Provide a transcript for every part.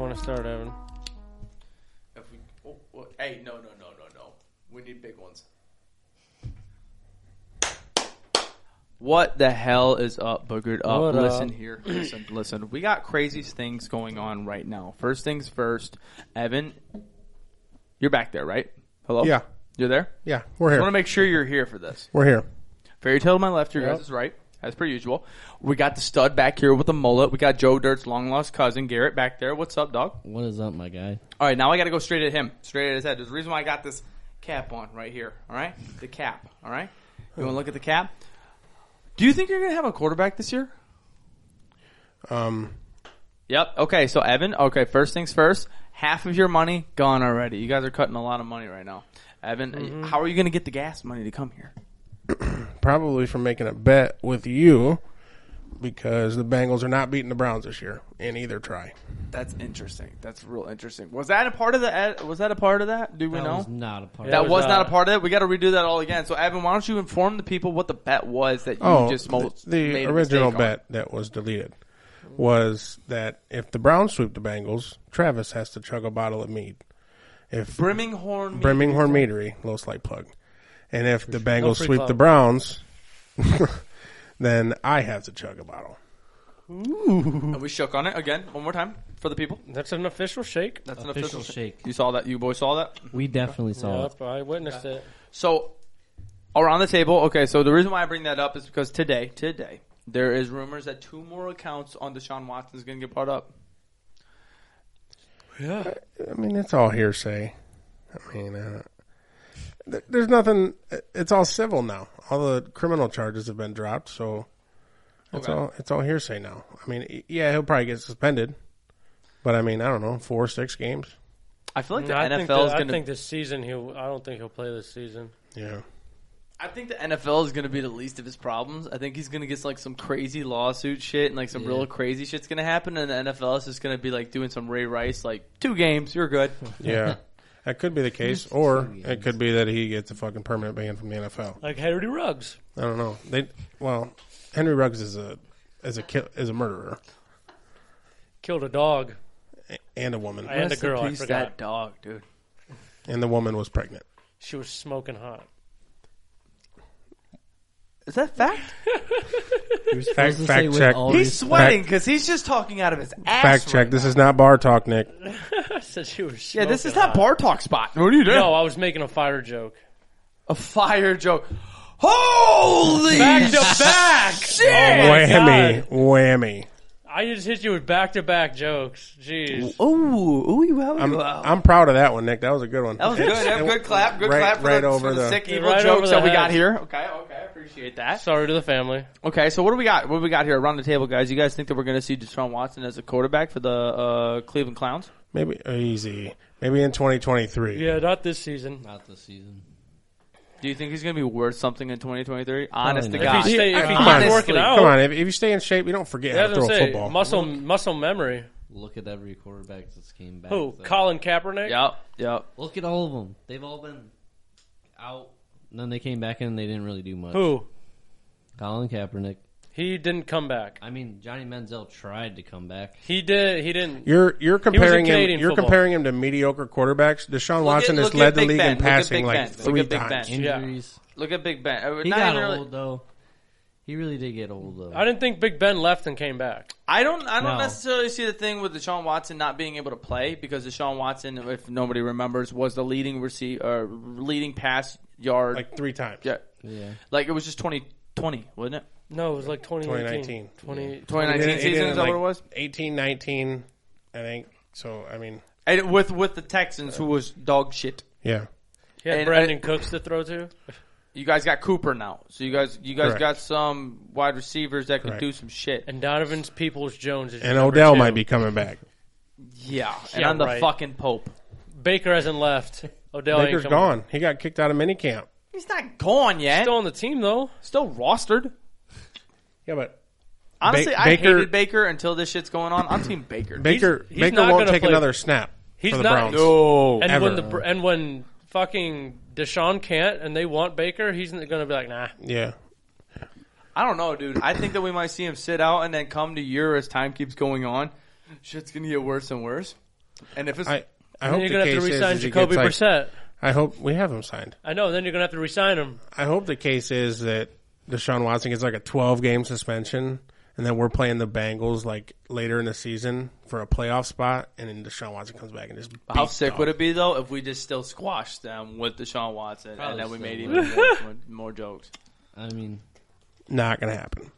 win. If we, oh, oh, hey, no, no, no, no, no. We need big ones. What the hell is up, boogered up? What listen up? here, listen, listen. We got crazy things going on right now. First things first, Evan, you're back there, right? Hello. Yeah. you're there. Yeah, we're I want to here. make sure you're here for this. We're here. Fairy tale to my left, your Yep. guys is right, as per usual. We got the stud back here with the mullet. We got Joe Dirt's long lost cousin Garrett back there. What's up, dog? What is up, my guy? All right, now I got to go straight at him, straight at his head. There's a reason why I got this cap on right here. All right, the cap. All right, you want to look at the cap? Do you think you're going to have a quarterback this year? Um, Yep. Okay, so Evan. Okay, first things first. Half of your money gone already. You guys are cutting a lot of money right now. Evan, Mm-hmm. how are you going to get the gas money to come here? probably from making a bet with you because the Bengals are not beating the Browns this year in either try. That's interesting. That's real interesting. Was that a part of the? ad- Was that a part of that? Do we That know? was not a part. that of was, it. not, uh, a part of it. We got to redo that all again. So Evan, why don't you inform the people what the bet was that you Oh, just the, most the made a original mistake on? bet that was deleted was that if the Browns sweep the Bengals, Travis has to chug a bottle of mead. If Brimminghorn. Birmingham Meadery, little slight plug. And if the Bengals No free sweep plug. the Browns, then I have to chug a bottle. And Uh, we shook on it again one more time for the people. That's an official shake. That's an Official official shake. You saw that. You boys saw that. We definitely saw it. Yep, I witnessed it. So around the table. Okay. So the reason why I bring that up is because today, today there is rumors that two more accounts on Deshaun Watson is going to get brought up. I mean, it's all hearsay. I mean, uh, th- there's nothing. It's all civil now. All the criminal charges have been dropped, so it's all it's all hearsay now. I mean, y- yeah, he'll probably get suspended, but I mean, I don't know, four six games. I feel like the I, NFL think the- is I going to. think this season he'll. I don't think he'll play this season. Yeah, I think the NFL is going to be the least of his problems. I think he's going to get like some crazy lawsuit shit and like some real crazy shit's going to happen, and the NFL is just going to be like doing some Ray Rice, like two games, you're good. yeah, that could be the case, or it could be that he gets a fucking permanent ban from the NFL. Like Henry Ruggs. I don't know. They well, Henry Ruggs is a is a kill, is a murderer Killed a dog and a woman, and a girl. I He's forgot. that dog, dude. and the woman was pregnant. She was smoking hot. Is that fact? You're supposed Fact- to fact say with check. all He's these- sweating because he's just talking out of his ass. Fact check. right This now. is not bar talk, Nick. I said she was. yeah. This is smoking not bar talk spot. What are you doing? hot. No, I was making a fire joke. A fire joke. Holy Back to back. Oh, shit! my whammy, whammy. I just hit you with back to back jokes. Jeez. Oh, ooh, ooh, wow, I'm, wow. I'm proud of that one, Nick. That was a good one. That was good. That was good clap. Good Right- clap for right the, over for the, the- sick evil Right over jokes the that we got head. here. Okay, okay, I appreciate that. Sorry to the family. Okay, so what do we got? What do we got here around the table, guys? You guys think that we're going to see Deshaun Watson as a quarterback for the uh, Cleveland Clowns? Maybe easy. Maybe in 2023. Yeah, not this season. Not this season. Do you think he's going to be worth something in 2023? Honest to not. God. If he stay, if he Come keeps on, working out, come on. If, if you stay in shape, you don't forget how to that's throw what I'm a saying. football. Muscle, muscle memory. Look at every quarterback that's came back. Who? though. Colin Kaepernick. Yep, yep. Look at all of them. They've all been out. And then they came back in. and They didn't really do much. Who? Colin Kaepernick. He didn't come back. I mean, Johnny Manziel tried to come back. He did. He didn't. You're you're comparing him. Canadian You're football. comparing him to mediocre quarterbacks. Deshaun at- Watson look at has led the Big league Ben. in Look at passing Big Ben. like Look at three Big Ben. times. Yeah. Injuries. Look at Big Ben. Uh, He not got even really- old though. He really did get old though. I didn't think Big Ben left and came back. I don't. I don't No. necessarily see the thing with Deshaun Watson not being able to play because Deshaun Watson, if nobody remembers, was the leading receive or leading pass yard. Like three times. yeah, yeah. like it was just 2020, wasn't it? No, it was like 2019. 2019. 20, He 2019 did it- he season did it is in that like what it was? 18, 19, I think. So I mean, And with with the Texans, who was dog shit. yeah. He had And- Brandon Cooks to throw to. You guys got Cooper now, so you guys you guys Correct. got some wide receivers that can Correct. do some shit. And Donovan's Peoples Jones is And your number Odell two. might be coming back. Yeah, and Yeah, I'm the right. fucking Pope. Baker hasn't left. Odell Baker's ain't coming. gone. He got kicked out of minicamp. He's not gone Still yet. Still, on the team though. rostered. Yeah, but Honestly, Ba- I Baker- hated Baker until this shit's going on. I'm Team Baker. Baker he's Baker not won't gonna take play- another snap He's for the not- Browns. no, And when the Ever. Br- and when fucking Deshaun can't and they want Baker, he's going to be like, nah. Yeah. I don't know, dude. I think that we might see him sit out and then come to year as time keeps going on. Shit's gonna get worse and worse. And if it's I, I Then hope you're the gonna have case to is, resign is he Jacoby gets, like- Brissett. I hope we have him signed. I know. Then you're gonna have to resign him. I hope the case is that Deshaun Watson gets like a 12 game suspension, and then we're playing the Bengals like later in the season for a playoff spot, and then Deshaun Watson comes back and just how beats sick the- would it be though if we just still squashed them with Deshaun Watson Probably and then we made still even more, more jokes? I mean, Not gonna happen.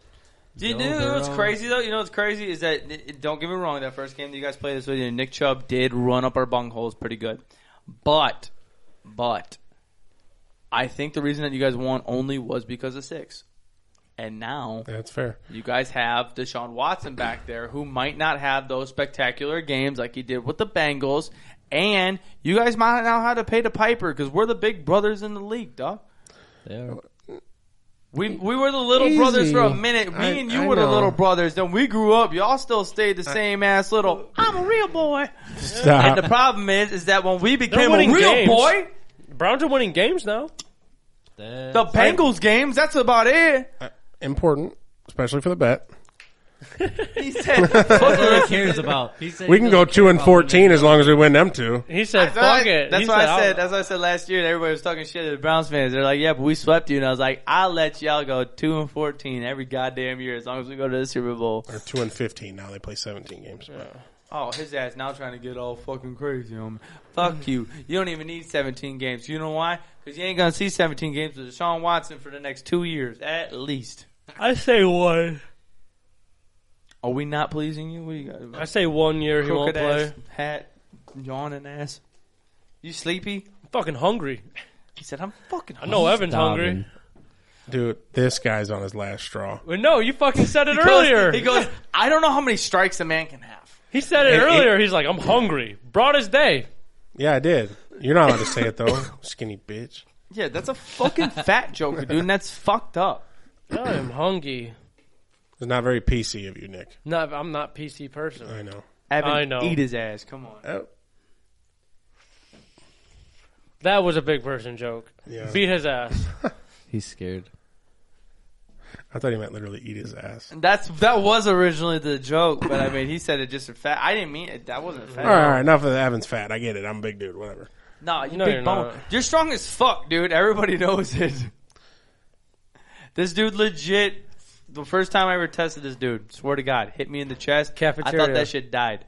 Do you Joe know what's Burrow. crazy though? You know what's crazy is that don't get me wrong. That first game that you guys played this with, you know, Nick Chubb did run up our bungholes pretty good, but but I think the reason that you guys won only was because of six, and now That's fair. you guys have Deshaun Watson back there, who might not have those spectacular games like he did with the Bengals, and you guys might now have to pay the piper because we're the big brothers in the league, dog. they are. We we were the little Easy. brothers for a minute. Me I- and you I were the know. little brothers. Then we grew up. Y'all still stayed the same ass little. I'm a real Uh, boy. And the Stop. problem is, is that when we became a winning real games. boy, Browns are winning games now. That's, the Bengals games. That's about it. Uh, Important, especially for the bet. He said, "Fuck it." he cares about. He said We he can go doesn't two care and about winning. fourteen as long as we win them two. He said, That's why- "Fuck it." That's He "Oh." what I "I'll- said. That's what I said last year. And everybody was talking shit to the Browns fans. They're like, "Yeah, but we swept you." And I was like, "I'll let y'all go two and fourteen every goddamn year as long as we go to the Super Bowl." Or two and fifteen now. They play seventeen games. Oh, his ass now trying to get all fucking crazy on me. Fuck you. You don't even need 17 games. You know why? Because you ain't going to see 17 games with Deshaun Watson for the next two years, at least. I say one. Are we not pleasing you? What do you got? I say one year he won't Crooked play. ass, hat, yawning ass. You sleepy? I'm fucking hungry. He said, I'm fucking I know Evan's hungry. Dobbin. Dude, this guy's on his last straw. Well, no, you fucking said it He goes- earlier. He goes, I don't know how many strikes a man can have. He said it Hey, earlier. He's like, I'm hungry. Broad as day. Yeah, I did. You're not allowed to say it though, skinny bitch. Yeah, that's a fucking fat joker, dude, and that's fucked up. I am hungry. It's not very PC of you, Nick. No, I'm not PC person. I know. Evan, I know. eat his ass. Come on. Oh, That was a big person joke. yeah. Beat his ass. He's scared. I thought he meant literally eat his ass. That's that was originally the joke, but I mean, he said it just for fat. I didn't mean it. That wasn't fat. All right, all right, enough of the Evans fat. I get it. I'm a big dude. Whatever. Nah, you No, big you're bone. not. You're strong as fuck, dude. Everybody knows it. This dude legit. The first time I ever tested this dude, swear to God, hit me in the chest. I thought Cafeteria. that shit died.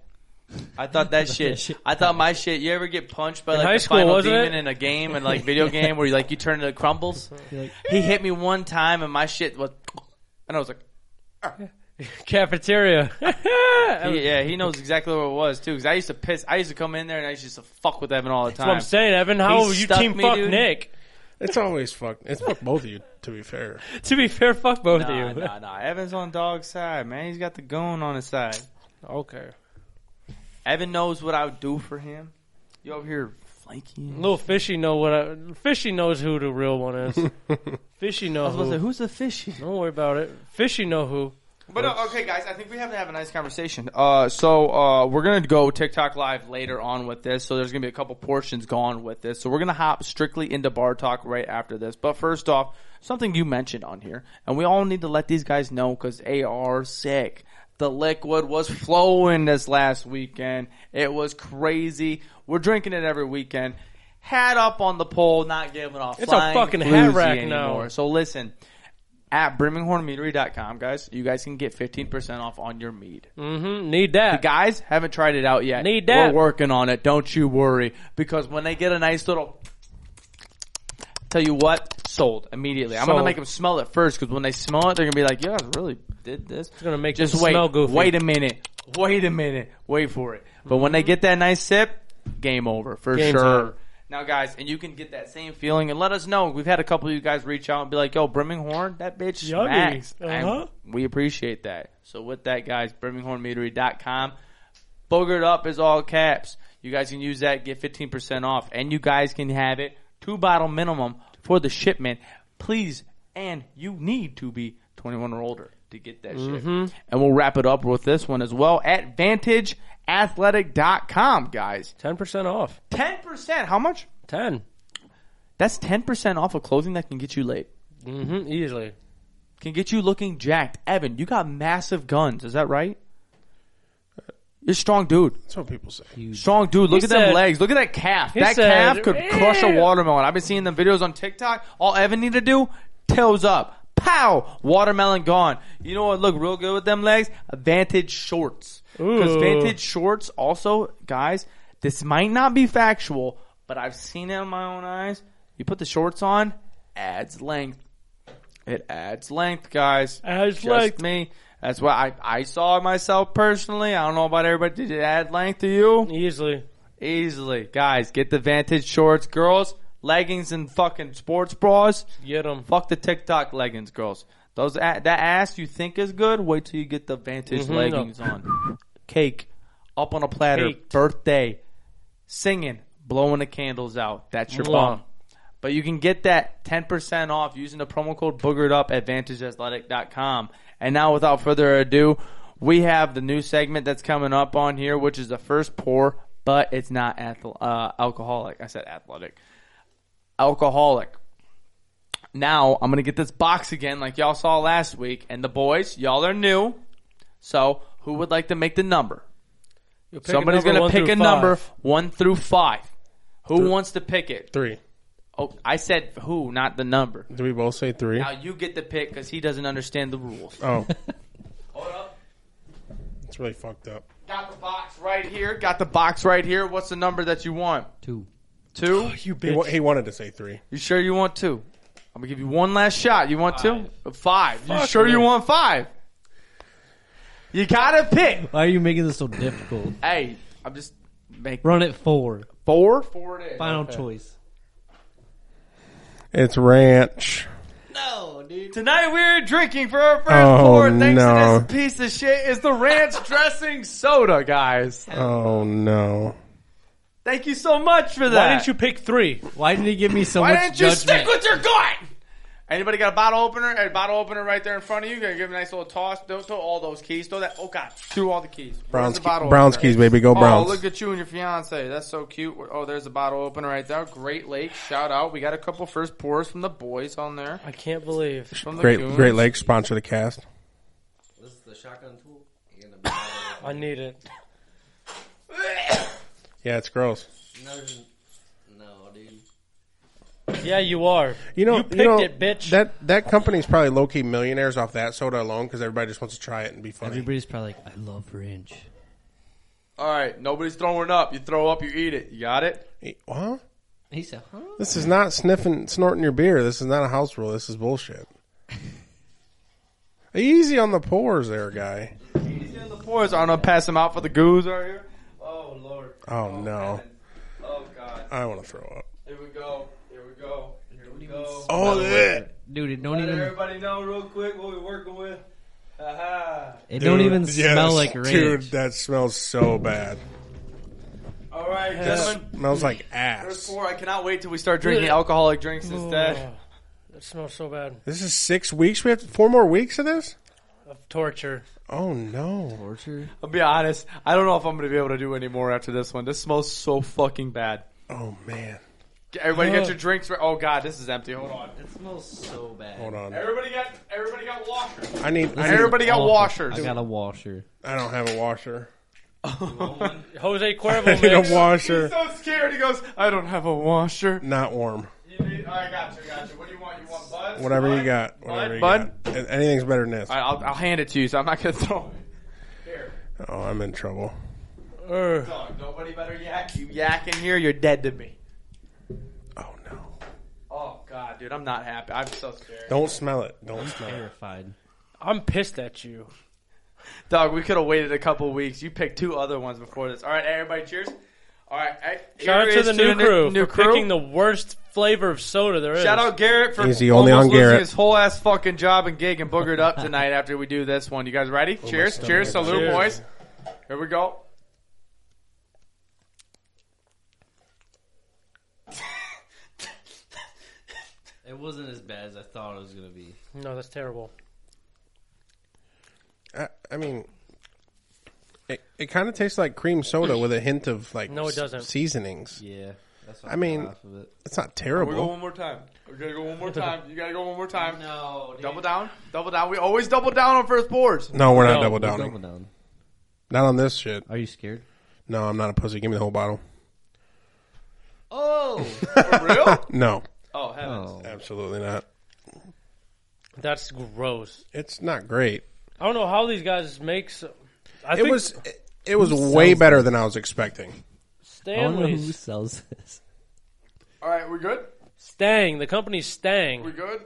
I thought that shit. shit I thought my shit. You ever get punched by like high the school, final wasn't demon it? in a game and like video game where you like you turn into crumbles? Like, He hit me one time and my shit was, and I was like, Cafeteria. He- That's yeah, he knows exactly what it was too. Because I used to piss. I used to come in there and I used to fuck with Evan all the what time. I'm saying, Evan. How He you stuck team me, fuck dude. Nick? It's always fucked. It's fucked both of you. To be fair, To be fair, fuck both nah, of you. nah, nah. Evan's on dog's side, man. He's got the going on his side. Okay. Evan knows what I would do for him. You over here flanking? Little fishy know what I, fishy knows who the real one is. fishy I know was about to who. say, who's the fishy? Don't worry about it. Fishy know who. But uh, okay, guys, I think we have to have a nice conversation. Uh, so uh, we're gonna go TikTok live later on with this. So there's gonna be a couple portions gone with this. So we're gonna hop strictly into bar talk right after this. But first off, something you mentioned on here, and we all need to let these guys know because AR sick. The liquid was flowing this last weekend. It was crazy. We're drinking it every weekend. Hat up on the pole, not giving off. It's a flying fucking hat floozy rack now. anymore. So listen at birminghornmeadery.com, guys. You guys can get 15% off on your mead. Mm-hmm. Need that. Guys, haven't tried it out yet. Need that. We're working on it. Don't you worry. Because when they get a nice little. Tell you what, sold immediately. I'm going to Sold. make them smell it first because when they smell it, they're going to be like, yeah, I really did this. It's gonna make Just them wait. smell goofy. Wait a minute. Wait a minute. Wait for it. But when they get that nice sip, game over for Game's sure. over. Now, guys, and you can get that same feeling and let us know. We've had a couple of you guys reach out and be like, yo, Birminghorn, that bitch Yummy. smacks. Uh-huh. And we appreciate that. So with that, guys, birminghornmeadery.com. Boogered up is all caps. You guys can use that, get 15% off, and you guys can have it. Two bottle minimum for the shipment. Please, and you need to be 21 or older to get that shit. And we'll wrap it up with this one as well at vantageathletic.com, guys. Ten percent off. 10%. How much? Ten. That's 10% off of clothing that can get you late. Mm-hmm. Easily. Can get you looking jacked. Evan, you got massive guns. Is that right? You're a strong dude. That's what people say. Strong dude. Look at them said- legs. Look at that calf. he That said, calf could crush a "Ew." watermelon. I've been seeing the videos on TikTok. All Evan need to do, toes up. Pow! Watermelon gone. You know what look real good with them legs? Vantage shorts. Because Ooh. Vantage shorts also, guys, this might not be factual, but I've seen it in my own eyes. You put the shorts on, adds length. It adds length, guys. Adds Just length. me. That's what I, I saw it myself personally. I don't know about everybody. Did it add length to you? Easily. Easily. Guys, get the Vantage shorts. Girls, leggings and fucking sports bras. Get them. Fuck the TikTok leggings, girls. Those a- That ass you think is good, wait till you get the Vantage Mhm. leggings on. Cake, up on a platter, Caked. birthday, singing, blowing the candles out. That's your Mwah. bomb. But you can get that 10% off using the promo code boogered up at vantageathletic.com. And now, without further ado, we have the new segment that's coming up on here, which is the first pour, but it's not ath- uh, alcoholic. I said athletic. Alcoholic. Now, I'm going to get this box again, like y'all saw last week. And the boys, y'all are new. So, who would like to make the number? You'll pick a Somebody's number going to one pick a through number five. one through five. Who wants to pick it? Three. Oh, I said who, not the number. Do we both say three? Now you get the pick because he doesn't understand the rules. Oh, Hold up. it's really fucked up. Got the box right here. Got the box right here. What's the number that you want? Two. Two? You He, wa- bitch. he wanted to say three. You sure you want two? I'm going to give you one last shot. You want two? Uh, Five. you Fuck, sure you man. want five? You got to pick. Why are you making this so difficult? Hey, I'm just making Run it forward. four. Four it is. Final choice. It's ranch. No, dude. Tonight we're drinking for our first Oh, pour thanks no. to this piece of shit is the ranch dressing soda, guys. Oh no. Thank you so much for that. Why didn't you pick three? Why did he give me so Why much didn't you judgment? stick with your gut? Anybody got a bottle opener? A bottle opener right there in front of you. Gonna give a nice little toss. Don't throw all those keys. Throw that. Oh God, threw all the keys. Where's Browns, the bottle Browns opener? keys, baby. Go Oh, Browns. look at you and your fiance. That's so cute. Oh, there's a bottle opener right there. Great Lake. Shout out. We got a couple first pours from the boys on there. I can't believe. From the Great, Goons. Great Lakes sponsor the cast. This is the shotgun tool. I need it. Yeah, it's gross. no, no, dude. Yeah, you are. You know, You picked know, it, bitch. That that company's probably low key millionaires off that soda alone because everybody just wants to try it and be funny. Everybody's probably like, I love ranch. All right. Nobody's throwing up. You throw up, you eat it. You got it. Eh, Huh? He said, huh? This is not sniffing, snorting your beer. This is not a house rule. This is bullshit. Easy on the pours, there, guy. Easy on the pours. I'm gonna pass them out for the goos right here. Oh Lord. Oh no, heaven. Oh God. I want to throw up. Here we go. Here we go. Here we go. Oh, bleh. Dude, it don't Let even everybody know real quick what we're working with. Aha. it don't Dude, even yes. smell like ranch. Dude, that smells so bad. All right, That gentlemen. smells like There's ass. four. I cannot wait till we start drinking alcoholic drinks instead. Ugh. That smells so bad. This is six weeks. We have four more weeks of this. Of torture. Oh no. Torture. I'll be honest. I don't know if I'm going to be able to do any more after this one. This smells so fucking bad. Oh man. Everybody get Ugh. your drinks. Re- oh God, this is empty. Hold on. It smells so bad. Hold on. Everybody got. Everybody got washers. I need. I, need- Everybody got washers. Oh, I got a washer. I don't have a washer. Jose I Cuervo need a mix. He's washer. so scared. He goes, "I don't have a washer." Not warm. You need, I got you. Got you. What do you want? You want bud? Whatever you Bud? got. Whatever you Bud? got. An- Anything's better than this. All right, I'll, I'll hand it to you. So I'm not going to throw it. Here. Oh, I'm in trouble. Ugh. Dog, nobody better yak. You yak in here, you're dead to me. Oh no. Oh god, dude, I'm not happy. I'm so scared. Don't smell it. Don't smell it. Terrified. I'm pissed at you. Dog, we could have waited a couple weeks. You picked two other ones before this. All right, everybody, cheers. All right, hey, here Shout out to is the new crew new for crew. picking the worst flavor of soda there is. Shout out Garrett for He's the only almost on Garrett. losing his whole ass fucking job and gig and boogered up tonight after we do this one. You guys ready? cheers, stomach cheers, is- salute, Cheers. boys. Here we go. It wasn't as bad as I thought it was gonna be. No, that's terrible. I, I mean, it, it kind of tastes like cream soda with a hint of like No, it s- doesn't. seasonings. Yeah. That's what I mean- off of it. It's not We go terrible. one more time. We gotta go one more time. You gotta go one more time. No, dude. Double down, double down. We always double down on first boards. No, we're not No, double we're downing. Double down. Not on this shit. Are you scared? No, I'm not a pussy. Give me the whole bottle. Oh, For real? No, oh heavens! oh. absolutely not. That's gross. It's not great. I don't know how these guys make. So- I It think was it, it was way better than I was expecting. I wonder who Stanley's sells this. All right, we're good. Stang. The company's Stang. We good.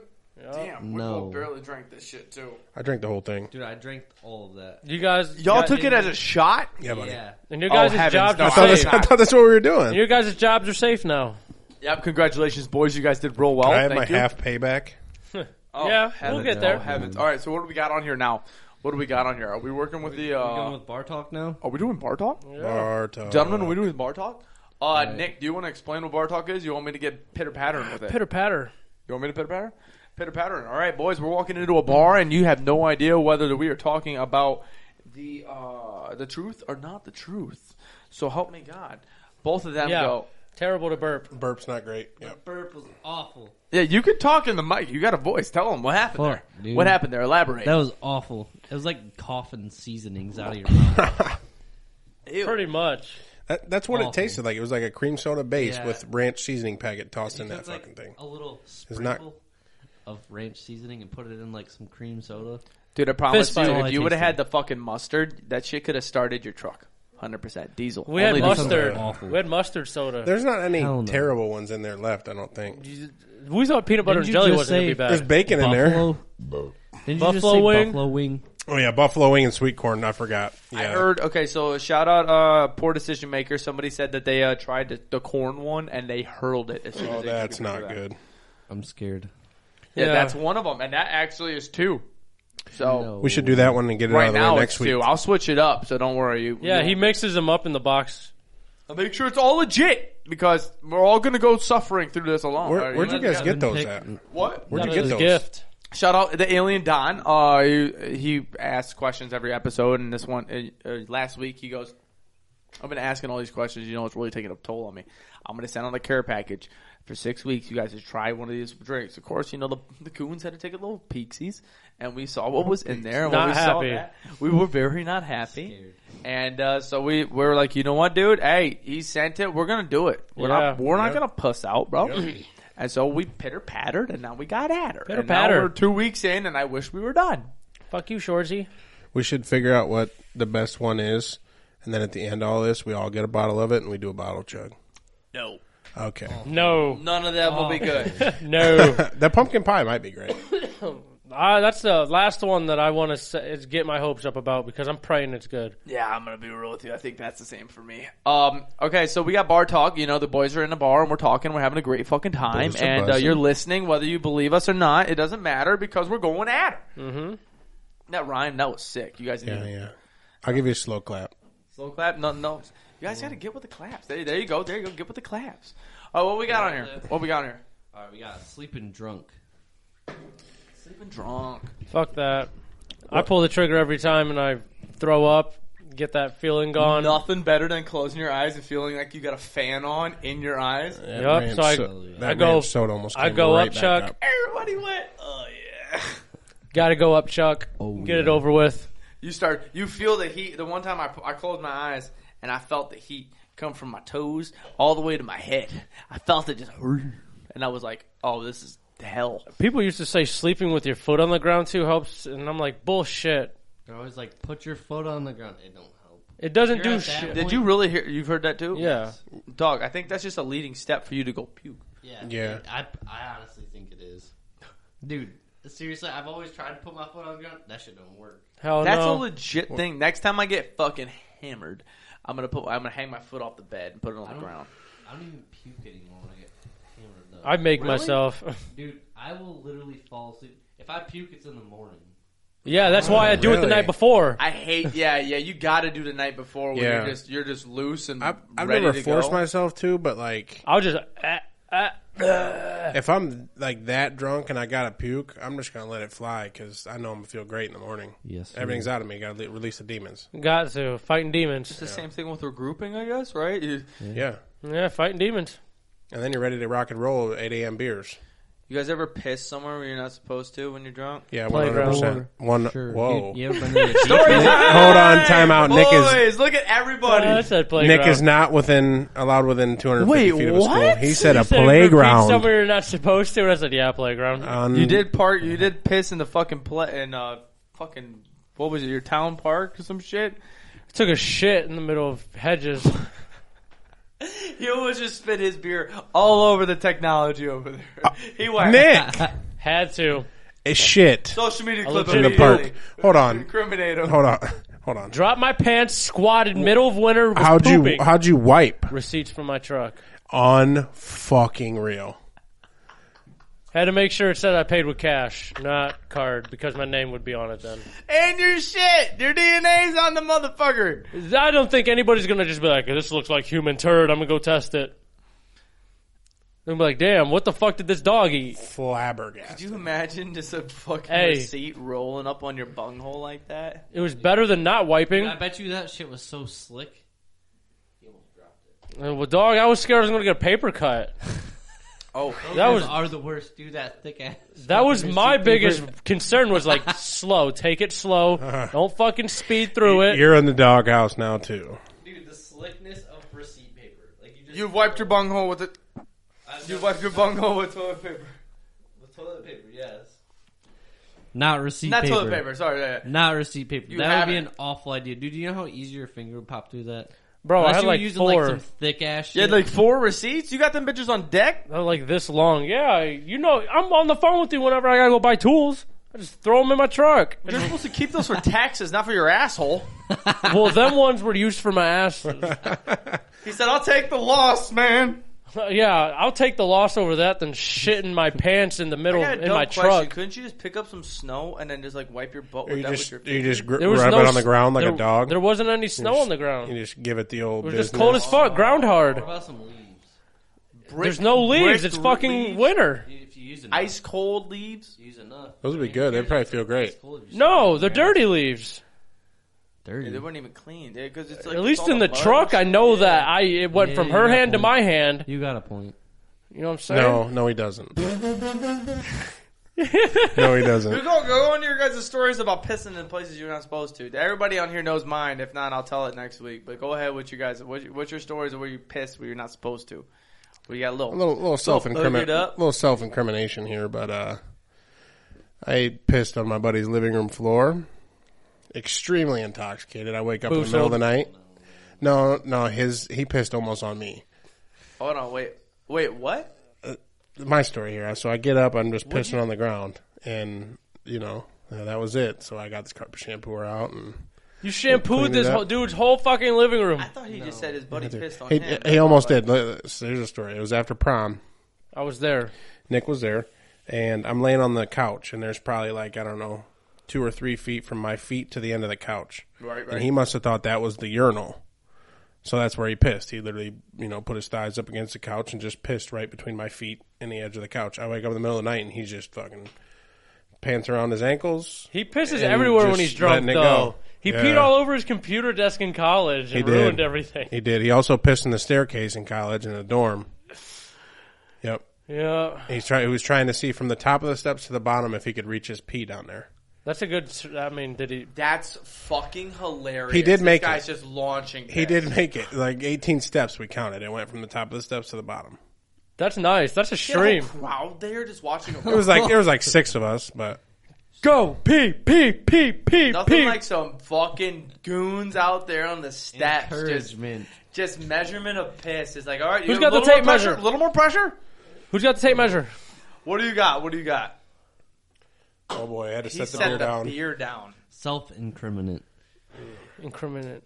Damn, we No. both barely drank this shit too. I drank the whole thing. Dude, I drank all of that. You guys, Y'all got- took it as a shot. Yeah, buddy. Yeah. and your Oh, guys' heavens, jobs no, are I, thought that's, safe. Same. I thought that's what we were doing. Your guys' jobs are safe now. Yep. Congratulations, boys. You guys did real well. I had Thank my you. half payback. Oh, yeah, we'll heavens. get there. Oh, heavens. All right. So what do we got on here now? What do we got on here? Are we working with the? You going Uh, with bar talk now? are we doing bar talk? Bartok. Gentlemen, are we doing bar talk? Uh, Nick, do you want to explain what bar talk is? You want me to get pitter pattern with it? Pitter patter. You want me to pitter patter? Pitter pattern. All right, boys, we're walking into a bar, and you have no idea whether that we are talking about the uh, the truth or not the truth. So help me God. Both of them Yeah, go. terrible to burp. burp's not great. Yep. Burp was awful. Yeah, you can talk in the mic. You got a voice. Tell them what happened Fuck, there. dude. What happened there? Elaborate. That was awful. It was like coughing seasonings out of your mouth. Ew. Pretty much. That, that's what Awful. it tasted like. It was like a cream soda base Yeah. with ranch seasoning packet tossed in You that took, like, fucking thing. A little not- sprinkle of ranch seasoning and put it in like some cream soda. Dude, I promise Fist you, fight. Oh, I if you would have tasted had the fucking mustard, that shit could have started your truck. 100% diesel. We Only had diesel. mustard. Awful. We had mustard soda. There's not any Hell no. terrible ones in there left. I don't think. we thought peanut butter and Didn't you jelly just wasn't going to say- be bad. There's bacon in there. Buffalo. Didn't you just Buffalo say wing? buffalo wing? Oh yeah, buffalo wing and sweet corn. I forgot. Yeah, I heard. Okay, so shout out uh, poor decision maker. Somebody said that they uh, tried the, the corn one and they hurled it. As soon oh, as they that's could do not that. good. I'm scared. Yeah, Yeah. that's one of them, and that actually is two. So No. Oh, We should do that one and get it out right of the now way it's next week. two. I'll switch it up, so don't worry. You, yeah, you- he mixes them up in the box. I'll make sure it's all legit because we're all gonna go suffering through this alone. Where, Alright, would you know? guys get those at? What? Where'd you That get was those? gift. Shout out the alien Don. Uh, he, he asks questions every episode, and this one uh, uh, last week he goes, "I've been asking all these questions. You know, it's really taking a toll on me. I'm going to send out a care package for six weeks. You guys should try one of these drinks. Of course, you know the the coons had to take a little peeksies, and we saw what was in there. And when Not we happy. Saw that, we were very not happy. Scared. And uh, so we, we were like, you know what, dude? Hey, he sent it. We're gonna do it. We're not Yeah. we're not Yep. gonna puss out, bro. And so we pitter pattered, and now we got at her. And now Pitter-patter. we're two weeks in, and I wish we were done. Fuck you, Shorzy. We should figure out what the best one is, and then at the end of all this, we all get a bottle of it and we do a bottle chug. No, Okay, No, none of that will be good. no. that pumpkin pie might be great. I, that's the last one that I want to get my hopes up about because I'm praying it's good. yeah, I'm gonna be real with you. I think that's the same for me. Um, okay, so we got bar talk. You know, the boys are in a bar, and we're talking. We're having a great fucking time, Boys are and uh, buzzing. you're listening, whether you believe us or not. It doesn't matter because we're going at her. Mm-hmm. That Ryan, that was sick. You guys, need Yeah, yeah. I'll give you a slow clap. Slow clap. No, no. You guys got to get with the claps. There, there you go. There you go. Get with the claps. Oh, what we got on here? What we got on here? All right, we got sleeping drunk. Sleeping drunk. Fuck that. I pull the trigger every time and I throw up, get that feeling gone. Nothing better than closing your eyes and feeling like you got a fan on in your eyes. That Yup, ranch so I- so- that I go- ranch soda almost. I came go right up, back Chuck. Everybody went. Oh yeah. Got to go up, Chuck. Oh, get it yeah. over with. You start. You feel the heat. The one time I I closed my eyes and I felt the heat come from my toes all the way to my head. I felt it just, and I was like, oh, this is hell. People used to say sleeping with your foot on the ground too helps, and I'm like, bullshit. They're always like, put your foot on the ground. It don't help. It doesn't You're do at that shit. Did you really hear? You've heard that too? Yeah. Dog, I think that's just a leading step for you to go puke. Yeah. Yeah. I, I honestly think it is. Dude, seriously, I've always tried to put my foot on the ground. That shit don't work. Oh, Hell That's no. a legit thing. Next time I get fucking hammered, I'm gonna put. I'm gonna hang my foot off the bed and put it on the don't- ground. I don't even puke anymore when I get hammered though. I make Really? myself. Dude, I will literally fall asleep. If I puke, it's in the morning. yeah, that's why I do it the Really? night before. I hate. Yeah, yeah. You got to do the night before when Yeah. you're just you're just loose and I've, I've ready never to forced go. myself to, but like I'll just. ah, ah, ah. if I'm like that drunk and I gotta puke, I'm just gonna let it fly because I know I'm gonna feel great in the morning. Yes, sir. everything's out of me. Gotta le- release the demons. Got to. Fighting demons. It's the same thing with regrouping, I guess. Right? You- Yeah, Yeah, fighting demons. and then you're ready to rock and roll. Eight a.m. beers. You guys ever piss somewhere where you're not supposed to when you're drunk? Yeah, one hundred Playground. percent. One. Sure. Whoa. You, you ever been to the deep end? Hold on, time out. Nick is- Boys, look at everybody. I said playground. Nick is not within allowed within 250 Wait, feet of a school. what? He said You a said repeat playground. Uh. Somewhere you're not supposed to. And I said, yeah, playground. On, you did park. You did piss in the fucking play in uh fucking what was it? Your town park or some shit. I took a shit in the middle of hedges. He almost just spit his beer all over the technology over there. he went Uh, Nick Had to. is shit social media clip legit- In the immediately. park. Hold on. incriminate him. Hold on, hold on. Drop my pants, squatted, middle of winter. Was How'd pooping. you how'd you wipe? Receipts from my truck. On fucking real. Had to make sure it said I paid with cash, not card, because my name would be on it then. And your shit, your DNA's on the motherfucker. I don't think anybody's gonna just be like, "This looks like human turd. I'm gonna go test it." They'll be like, "Damn, what the fuck did this dog eat?" Flabbergasted. Could you imagine just a fucking Hey. receipt rolling up on your bunghole like that? It was better than not wiping. I bet you that shit was so slick. He almost dropped it. Uh, Well, dog, I was scared I was gonna get a paper cut. Oh, Those That guys was- are the worst. Do that thick ass. That was fucking my receipt biggest paper. concern. Was like, slow, take it slow. Uh-huh. Don't fucking speed through it. You're in the doghouse now too. Dude, the slickness of receipt paper. Like you just you wiped your bunghole with it. I've You never- wiped your bunghole with toilet paper. with toilet paper. Yes. Not receipt Not paper. toilet paper. Sorry. Yeah, yeah. Not receipt paper. You that would be haven't. an awful idea, dude. Do you know how easy your finger would pop through that? Bro, I Unless had you were like using four, like some thick ass You shit. had like four receipts. You got them bitches on deck. I had, like this long. Yeah, I- you know, I'm on the phone with you whenever I gotta go buy tools. I just throw them in my truck. You're supposed to keep those for taxes, not for your asshole. well, them ones were used for my ass. He said, "I'll take the loss, man." yeah, I'll take the loss over that than shitting my pants in the I middle got a in dumb my question. truck. Couldn't you just pick up some snow and then just like wipe your butt Or with you that just with your? you just gr- There was rub no it on the s- ground like there, a dog. There wasn't any snow just- on the ground. you It just give it the old. was business. just cold as fuck, ground hard. What about some leaves? There's no leaves. It's fucking winter. Dude, If you use enough, Ice cold leaves. you use enough. Those would be good. They'd probably feel great. No, they're dirty leaves. Yeah, Dirty. they weren't even clean. Because it's like At it's least all in the mud. truck, I know that I it went Yeah, from you her got hand to one. my hand. You got a point. You know what I'm saying? No, no, he doesn't. no, he Go, doesn't. go, go on to your guys' stories about pissing in places you're not supposed to. Everybody on here knows mine. If not, I'll tell it next week. But go ahead with you guys. What, what's your stories of where you pissed where you're not supposed to? We got a little. A little, little self boogered up. little self incrimination here, but uh, I pissed on my buddy's living room floor. Extremely intoxicated. I wake up in the middle of the night. No, no, his he pissed almost on me. Hold on, wait, wait, what? my story here. So I get up, I'm just pissing on the ground, and you know uh, that was it. So I got this carpet shampooer out, and You Clean shampooed it this up. whole, dude's whole fucking living room. I thought he just said his buddy pissed on he, him. he almost did. Look, So here's a story. It was after prom. I was there. Nick was there, and I'm laying on the couch, and there's probably like I don't know, two or three feet from my feet to the end of the couch. Right, right. And he must have thought that was the urinal. So that's where he pissed. He literally, you know, put his thighs up against the couch and just pissed right between my feet and the edge of the couch. I wake up in the middle of the night and he's just fucking pants around his ankles. He pisses and everywhere when just he's drunk, letting it though. go. He Yeah. peed all over his computer desk in college and He did. ruined everything. He did. He also pissed in the staircase in college in a dorm. Yep. Yeah, He's try- he was trying to see from the top of the steps to the bottom if he could reach his pee down there. that's a good. s- I mean, did he? That's fucking hilarious. He did This make guy's it. just launching. He did make it. Like 18 steps we counted. It went from the top of the steps to the bottom. That's nice. That's a Dream. stream. Crowd there just watching. It was like there was like 6 of us, but Go pee pee pee pee Nothing pee. like some fucking goons out there on the steps just Encouragement. just measurement of piss. It's like, all right, you Who's got got the a little more tape pressure? measure? A little more pressure. Who's got the tape measure? What do you got? What do you got? oh boy, I had to He set the set beer the down. beer down. Self incriminate. Incriminate.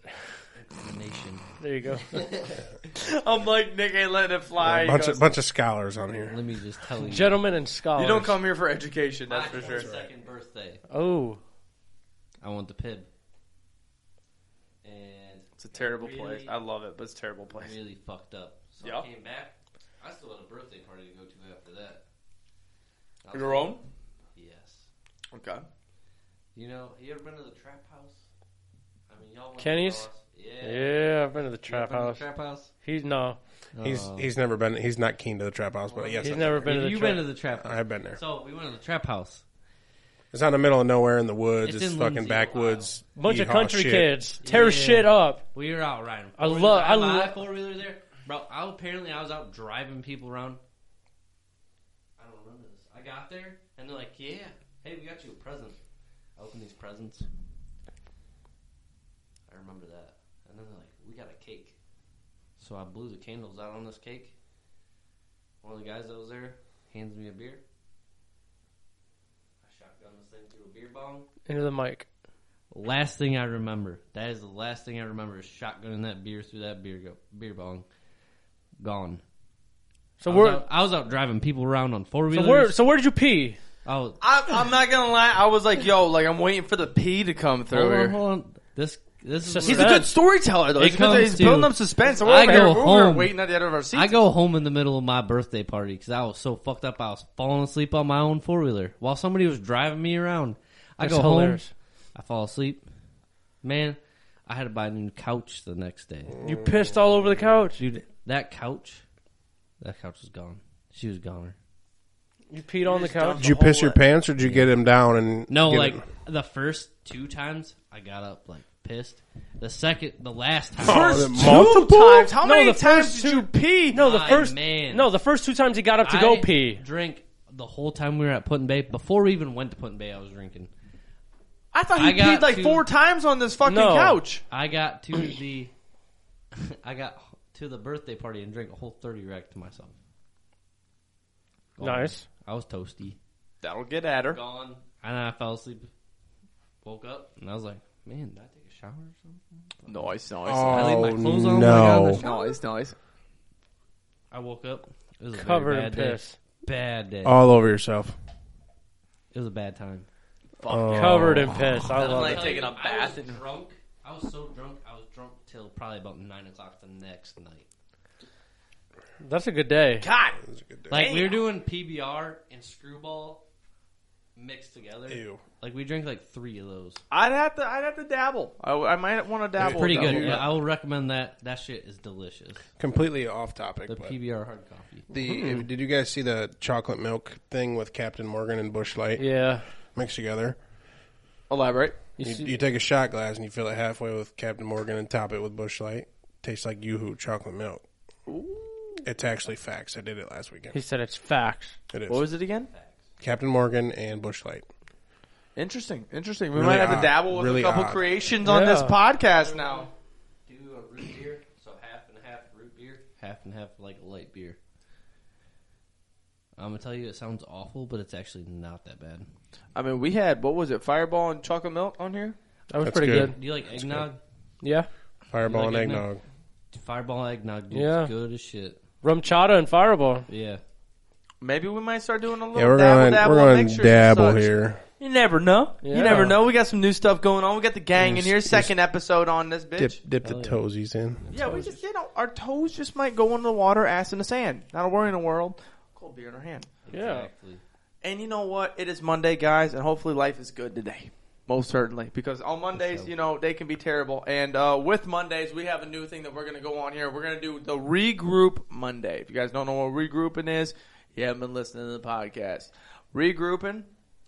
Nation. There you go. I'm like Nick ain't letting it fly. A He bunch goes, of bunch of scholars on here. Let me just tell you. Gentlemen and scholars. you don't come here for education, my that's for sure. 22nd birthday. Oh, I want the pib. And It's a terrible place. Really? I love it, but it's a terrible place. really fucked up. So Yeah. I came back. I still had a birthday party to go to after that. I was Your like, own? Yes. Okay. You know, you ever been to the trap house? I mean, y'all went to Kenny's? Ross. Yeah. yeah. I've been to the You ever trap been to the house. Trap house. Uh, He's no. He's Oh. he's never been. He's not keen to the trap house, but yes, He's I've never been to the You've trap. been to the trap. house. I've been there. So we went to the trap house. It's out in the middle of nowhere in the woods. It's, It's in fucking Lindsay, backwoods. bunch of yeehaw country shit. kids tear Yeah. shit up. We were out riding. I four-wheeler. love- I my love- four wheeler there, bro. I, apparently, I was out driving people around. I don't remember this. I got there and they're like, "Yeah, hey, we got you a present." I opened these presents. I remember that, and then they're like, "We got a cake." So I blew the candles out on this cake. One of the guys that was there hands me a beer. I shotgun this thing through a beer bong. Into the mic. Last thing I remember. That is the last thing I remember is shotgunning that beer through that beer go- beer bong. Gone. So I was, we're out, I was out driving people around on four so where wheelers. so where did you pee? oh, I'm, I'm not gonna lie. I was like, yo, like I'm waiting for the P to come hold through. on, here. hold on. This this is Just where- He's a good storyteller, though. It He's, a good- comes he's building to- up suspense. We're I over go here. We were home. waiting at the end of our seats. I go home in the middle of my birthday party because I was so fucked up. I was falling asleep on my own four wheeler while somebody was driving me around. I That's go home. hilarious. I fall asleep. Man, I had to buy a new couch the next day. You pissed all over the couch. Dude, that couch, that couch was gone. She was goner. You peed on the couch. Did you piss your pants or did you get him down and No, get like him- the first two times I got up like pissed. The second, the last time, First Oh, two multiple? times. How No, many the times first did you pee? No, the My first man. no, the first two times he got up to go pee. Drink the whole time we were at Putin Bay. Before we even went to Putin Bay, I was drinking. I thought I he got peed like to- four times on this fucking No. couch. I got to the, I got to the birthday party and drank a whole thirty rack to myself. Gone. Nice. I was toasty. That'll get at her. Gone. And I fell asleep. Woke up and I was like, man, did I take a shower or something? Nice, nice, Oh, I laid my clothes on. when I got in the no. shower. nice, nice. I woke up. It was a very Covered in bad day. piss. Oh. Bad day. All over yourself. It was a bad time. Fuck. Covered in piss. I love like it. taking a bath I was and- drunk. I was so drunk. I was drunk till probably about nine o'clock the next night. That's a good day. God. Like we were doing PBR and screwball mixed together. Ew. Like we drank like three of those. I'd have to. I'd have to dabble. I, I might want to dabble. Pretty though. good. Yeah, I will recommend that. That shit is delicious. Completely off topic. The but PBR hard coffee. the did you guys see the chocolate milk thing with Captain Morgan and Bush Light Yeah. mixed together? Elaborate. You, you take a shot glass and you fill it halfway with Captain Morgan and top it with Bush Light. Tastes like YooHoo chocolate milk. It's actually facts. I did it last He weekend. said it's facts. It is What was it again? Captain Morgan and Bush Light. Interesting. Interesting. We Really might have odd. to dabble with Really a couple odd. creations on this Yeah. podcast now. Do a root beer, so half and half root beer, half and half like a light beer. I'm gonna tell you, it sounds awful, but it's actually not that bad. I mean, we had what was it? Fireball and chocolate milk on here. That was That's pretty good. good. Do you like eggnog? Yeah. Fireball Like and it, eggnog. Fireball eggnog, dude. Yeah. It's good as shit. Rum chata and fireball. Yeah. Maybe we might start doing a little Yeah, we're dabble, going. dabble, We're going mixtures and dabble such. here. You never know. Yeah. You never know. We got some new stuff going on. We got the gang in Yes, here. yes. Second episode on this bitch. Dip, dip the Hell yeah. toesies in. Yeah, we just you know our toes just might go in the water, ass in the sand. Not a worry in the world. Cold beer in our hand. Yeah. Exactly. And you know what? It is Monday, guys, and hopefully life is good today. Most certainly, because on Mondays, you know, they can be terrible. And uh, with Mondays, we have a new thing that we're going to go on here. We're going to do the regroup Monday. If you guys don't know what regrouping is, you haven't been listening to the podcast. Regrouping,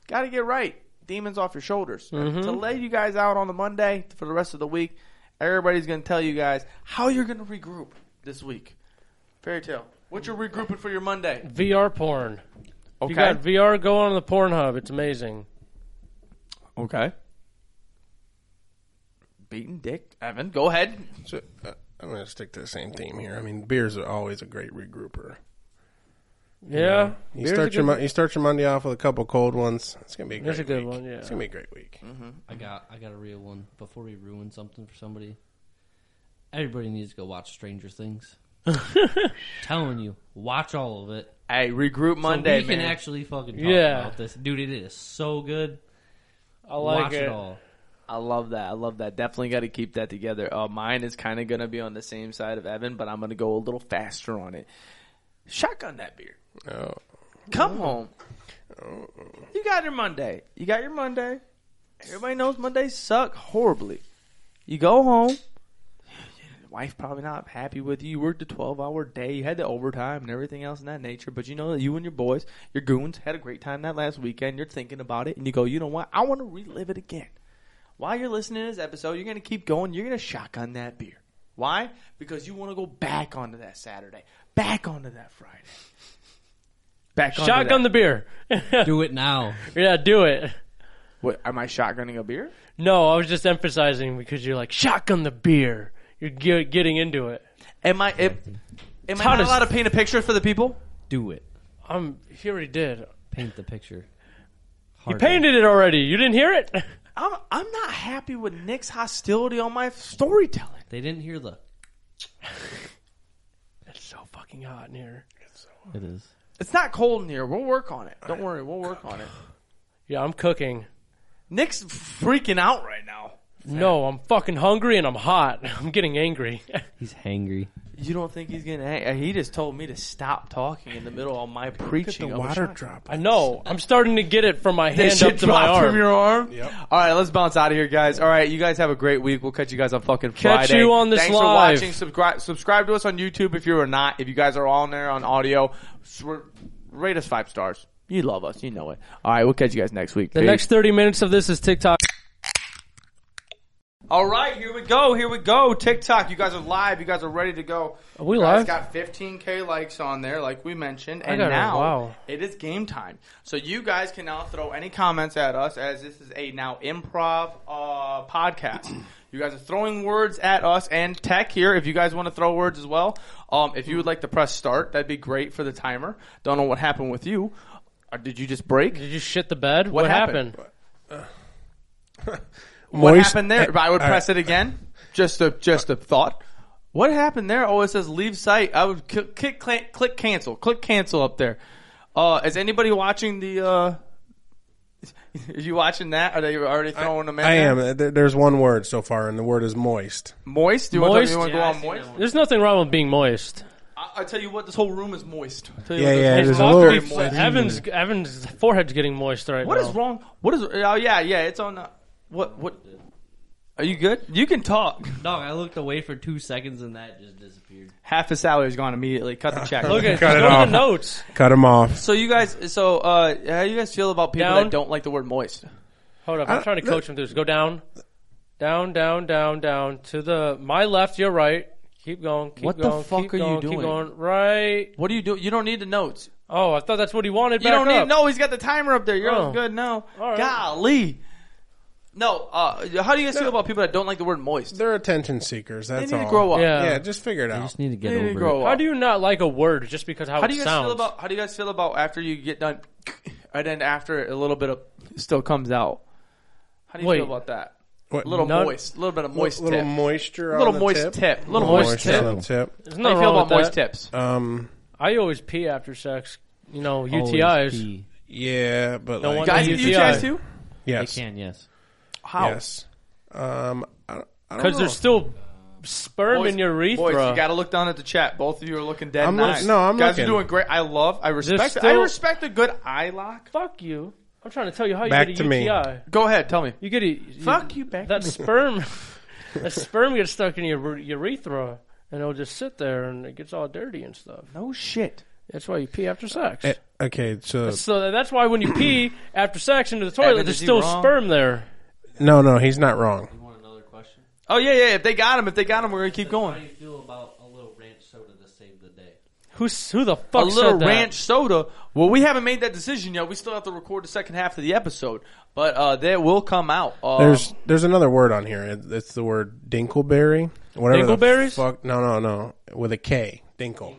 got to get right. Demons off your shoulders. To lay you guys out on the Monday for the rest of the week, everybody's going to tell you guys how you're going to regroup this week. Fairy tale. What you're regrouping for your Monday? VR porn. If Okay. You got VR going on the Pornhub. It's amazing. Okay. Beaten dick, Evan. Go ahead. So, uh, I'm going to stick to the same theme here. I mean, beer's are always a great regrouper. Yeah. You Beer's a start your good- mon- you start your Monday off with a couple cold ones. It's going to be a great That's a good week. one, yeah. It's going to be a great week. Mm. I got I got a real one. Before we ruin something for somebody, everybody needs to go watch Stranger Things. Telling you, watch all of it. Hey, regroup So Monday, we man. can actually fucking talk Yeah. about this, dude. It is so good. I like watch it. all. I love that. I love that. Definitely got to keep that together. Uh, mine is kind of going to be on the same side of Evan, but I'm going to go a little faster on it. Shotgun that beer. Oh, Come home. You got your Monday. You got your Monday. Everybody knows Mondays suck horribly. You go home. wife probably not happy with you. You worked a 12 hour day. You had the overtime and everything else in that nature. But you know that you and your boys, your goons, had a great time that last weekend. You're thinking about it and you go, you know what? I want to relive it again. While you're listening to this episode, you're going to keep going. You're going to shotgun that beer. Why? Because you want to go back onto that Saturday, back onto that Friday, back onto Shotgun the that. beer. Do it now. yeah, do it. What, am I shotgunning a beer? No, I was just emphasizing because you're like shotgun the beer. You're ge- getting into it. Am I? Am, am I not Thomas. allowed to paint a picture for the people? Do it. I'm. He already did. Paint the picture. You painted it already. You didn't hear it. I'm I'm not happy with Nick's hostility on my storytelling. They didn't hear the. It's so fucking hot in here. It is. It's not cold in here. We'll work on it. Don't worry, we'll work on it. Yeah, I'm cooking. Nick's freaking out right now. No, I'm fucking hungry and I'm hot. I'm getting angry. He's hangry. You don't think he's gonna? hang- He just told me to stop talking in the middle of my preaching. The of a water shotgun. drop. I know. I'm starting to get it from my They hand should up to my drop arm. from your arm. Yep. All right, let's bounce out of here, guys. All right, you guys have a great week. We'll catch you guys on fucking Friday. Catch you on this Thanks for live. watching. Subscribe, subscribe to us on YouTube if you are not. If you guys are on there on audio, s- rate us five stars. You love us. You know it. All right, we'll catch you guys next week. the next 30 minutes of this is TikTok. All right, here we go. Here we go. TikTok, you guys are live. You guys are ready to go. Are we You guys live? Got 15k likes on there, like we mentioned, and gotta- now wow. it is game time. So you guys can now throw any comments at us, as this is a now improv uh, podcast. You guys are throwing words at us and Tech here. If you guys want to throw words as well, um, if you would like to press start, that'd be great for the timer. Don't know what happened with you. Uh, did you just break? Did you shit the bed? What, happened? happened? What Moist- happened there? If I would All right. press it again. Just a just a thought. What happened there? Oh, it says leave site. I would click click, cl- click cancel. Click cancel up there. Uh, is anybody watching the? Uh, are you watching that? Are they already throwing them in? I there? am. There- There's one word so far, and the word is moist. moist. You want Moist? to go Yeah, I on see moist? that one. There's nothing wrong with being moist. I, I tell you what, this whole room is moist. I tell you Yeah, what, this yeah, whole room it is a very little- moist. It's- Evan's Evan's forehead's getting moist right What now. is wrong? What is? Oh yeah, yeah. It's on. Uh, what what? Are you good? You can talk. Dog, I looked away for two seconds and that just disappeared. Half his salary is gone immediately. Cut the check. Look at Cut it go to off. the notes. Cut him off. So you guys, so uh, how you guys feel about people Down. that don't like the word moist? Hold up, I'm trying to coach him through this. Go down, down, down, down, down to the my left, your right. Keep going. Keep What the going. fuck keep are you going, doing? Keep going. Right. What do you do? You don't need the notes. Oh, I thought that's what he wanted. You back don't need. up. No, he's got the timer up there. You're Oh. good now. All right. Golly. No. Uh, how do you guys feel about people that don't like the word moist? They're attention seekers. They That's need all. to grow up. Yeah. Yeah, just figure it I out. just need to get They need to over grow it. up. How do you not like a word just because how, How it do you guys sounds? feel about? How do you guys feel about after you get done, and then after a little bit of still comes out? How do you Wait. feel about that? What- A little None- moist. A little bit of moist little tip. moisture. Little on the moist tip. tip. Little Moist moist Moisture tip. on the tip. There's How do nothing you feel wrong about with moist that. tips? Um. I always pee after sex. You know, Always UTIs. pee. Yeah, but No like, wonder Guys, you- do you UTI. guys too? You yes, can, yes. How? yes. Um. I, don't- I don't Because know. there's still sperm Boys- in your urethra. Boys, you gotta look down at the chat. Both of you are looking dead I'm nice. look- no, I'm guys are looking. doing great. I love. I respect. There's I still- respect a good eye lock. Fuck you. I'm trying to tell you how you Back get a to me. UTI. Go ahead, tell me. You get a Fuck you, back That to me. sperm, that sperm gets stuck in your ure- urethra, and it'll just sit there, and it gets all dirty and stuff. No shit. That's why you pee after sex. Eh, okay, so so that's why when you pee after sex into the Evan, toilet, there's is he still wrong? sperm there. no, no, he's not wrong. You want another question? Oh yeah, yeah. If they got him, if they got him, we're gonna keep How do going. you feel about a little ranch soda to save the day? Who's who the fuck A little said that? ranch soda. Well, we haven't made that decision yet. We still have to record the second half of the episode, but uh, that will come out. Uh, Um, There's there's another word on here. It- It's the word dinkleberry. Whatever the Dingleberries? Fuck, no, no, no. With a K. Dinkle.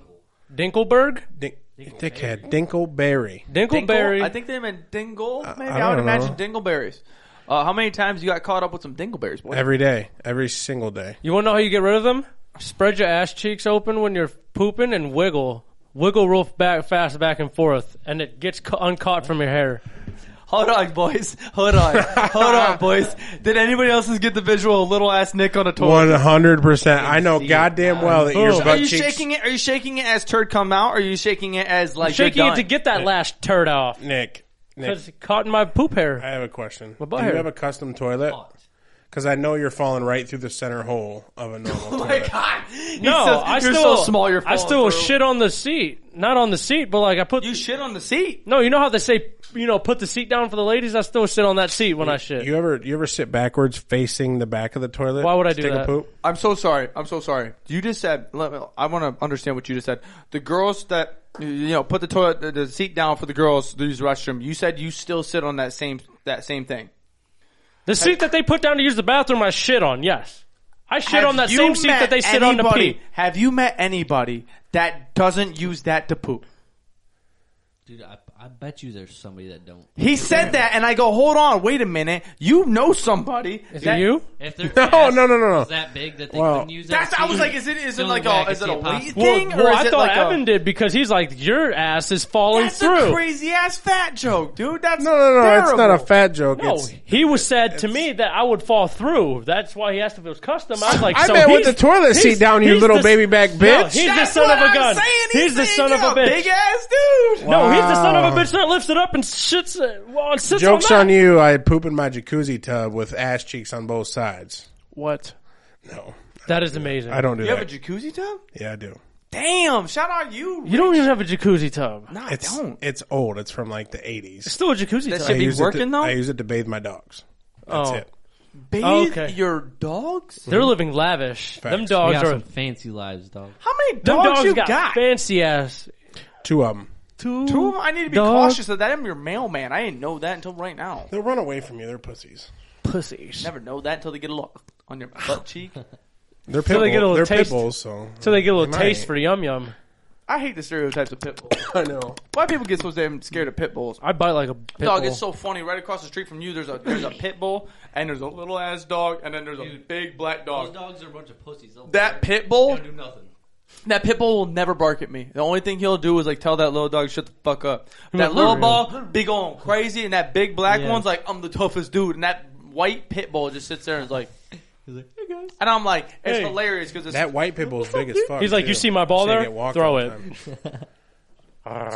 Dinkelberg, Dink, dickhead. Dinkleberry. Dingle- Dinkleberry. I think they meant dingle. Maybe I I, would don't imagine know. dingleberries. Uh, how many times you got caught up with some dingleberries, boy? Every day. Every single day. you want to know how you get rid of them? Spread your ass cheeks open when you're pooping and wiggle. Wiggle real back, fast back and forth, and it gets cu- uncaught from your hair. Hold on, boys. Hold on. Hold on, boys. Did anybody else get the visual of little ass Nick on a toilet? One hundred percent. I know see it. goddamn well that Oh, Boom. your Are butt you cheeks. shaking it? Are you shaking it as turd come out? Or are you shaking it as like Shaking you're it done? to get that last turd off. Nick. Nick. It's caught in my poop hair. I have a question. butt Do you hair. have a custom toilet? Hot. because I know you're falling right through the center hole of a normal Oh my toilet. god! He No, says, I you're still so small. You're I falling still through." shit on the seat, not on the seat, but like I put. You shit on the seat. no, you know how they say you know put the seat down for the ladies. I still sit on that seat when I shit. You ever you ever sit backwards facing the back of the toilet? Why would I to do take that? a poop? I'm so sorry. I'm so sorry. You just said. Let me, I want to understand what you just said. The girls that you know put the toilet the, the seat down for the girls to use the restroom. You said you still sit on that same that same thing. the seat that they put down to use the bathroom, I shit on. Yes, I shit Have on that you same seat met that they sit on to anybody- pee. Have you met anybody that doesn't use that to poop? Dude, I, I bet you there's somebody that don't. He said that, and I go, hold on, wait a minute. You know somebody? Is that- it you? If their No, ass no, no, no, no. is that big that they Well, couldn't use That's. that I was seat, like, is it? Is it the like only way I a? could Is it see a possible. weight Well, thing? well, or is I it thought like Evan a, did because he's like your ass is falling That's through. a crazy ass fat joke, dude. That's No, no, no. It's not a terrible. fat joke. No, it's, he was said to me that I would fall through. That's why he asked if it was custom. I was like, I so bet with he's- the toilet seat he's- down, you he's little the- baby back No, bitch. he's the That's son what of a I'm gun. saying. He's the saying son of you're a bitch. Big ass dude. No, he's the son of a Wow. bitch that lifts it up and shits it. Well, sits Jokes on, on that. you. I poop in my jacuzzi tub with ass cheeks on both sides. What? No, That is amazing. I don't do You have a that. jacuzzi tub? yeah, I do. Damn! Shout out you. You don't even have a jacuzzi tub. No, I It's don't. it's old. It's from like the 80s. It's still a jacuzzi That tub. should I be use it to- working, though? I use it to bathe my dogs. That's Oh. it. Bathe okay. your dogs. They're living lavish. Them Facts. We Oh, dogs got are. some fancy lives, dog. How many them dogs, dogs you got, got? fancy ass. Two of them. Two. Two of 'em? I need to be dog cautious of that. I'm your mailman. I didn't know that until right now. They'll run away from you. They're pussies. Pussies. Never know that until they get a look on your butt cheek. They're pit they get a bull- little They're pit taste. bulls. So So they get a little might. taste for yum yum. I hate the stereotypes of pit bulls. I know. Why people get so damn scared of pit bulls? I bite like a pit dog, bull. it's so funny. Right across the street from you, there's a there's a pit bull, and there's a little ass dog, and then there's a Dude. big black Those dog. dogs are a bunch of pussies. They'll That pit bull, They'll do nothing. that pit bull will never bark at me. The only thing he'll do is like tell that little dog shut the fuck up. That like, little "Literally." ball be going crazy, and that big black Yeah. one's like I'm the toughest dude, and that white pit bull just sits there and is like, He's like, hey guys. and I'm like, it's Hey. hilarious because it's That white pit bull's big as fuck. He's like, too. "You see my ball She there? get walked Throw all the it." time. It's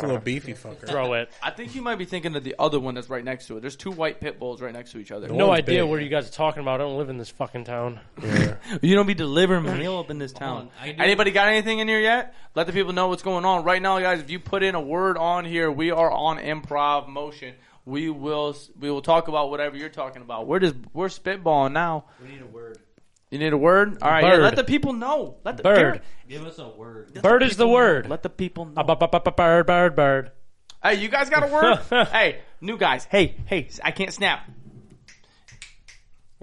a little beefy fucker. Throw it. I think you might be thinking of the other one that's right next to it. There's two white pit bulls right next to each other. No One's idea big. where you guys are talking about. I don't live in this fucking town. Yeah. You don't be delivering mail up in this town. on, I do- Anybody got anything in here yet? Let the people know what's going on right now, guys. If you put in a word on here, we are on improv motion. We will we will talk about whatever you're talking about. We're just we're spitballing now. We need a word. You need a word, all right? yeah, Bird. let the people know. Let the Bird. Give us a word. Bird is the word. Let the people know. Ah, ba, ba, ba, ba, Bird, bird, bird. Hey, you guys got a word? hey, new guys. Hey, hey, I can't snap.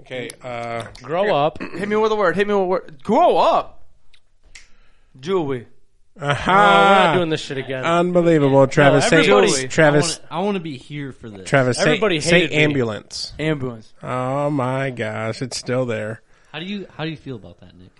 Okay. Uh, Grow up. Hit me with a word. Hit me with a word. Grow up. Jewelry. we're aha! not doing this shit again. Uh, Unbelievable, Travis. No, Saint- everybody- Travis. I want to be here for this. Travis. Saint- Everybody Saint hated me. ambulance. Ambulance. Oh my gosh, it's still there. How do you How do you feel about that, Nick?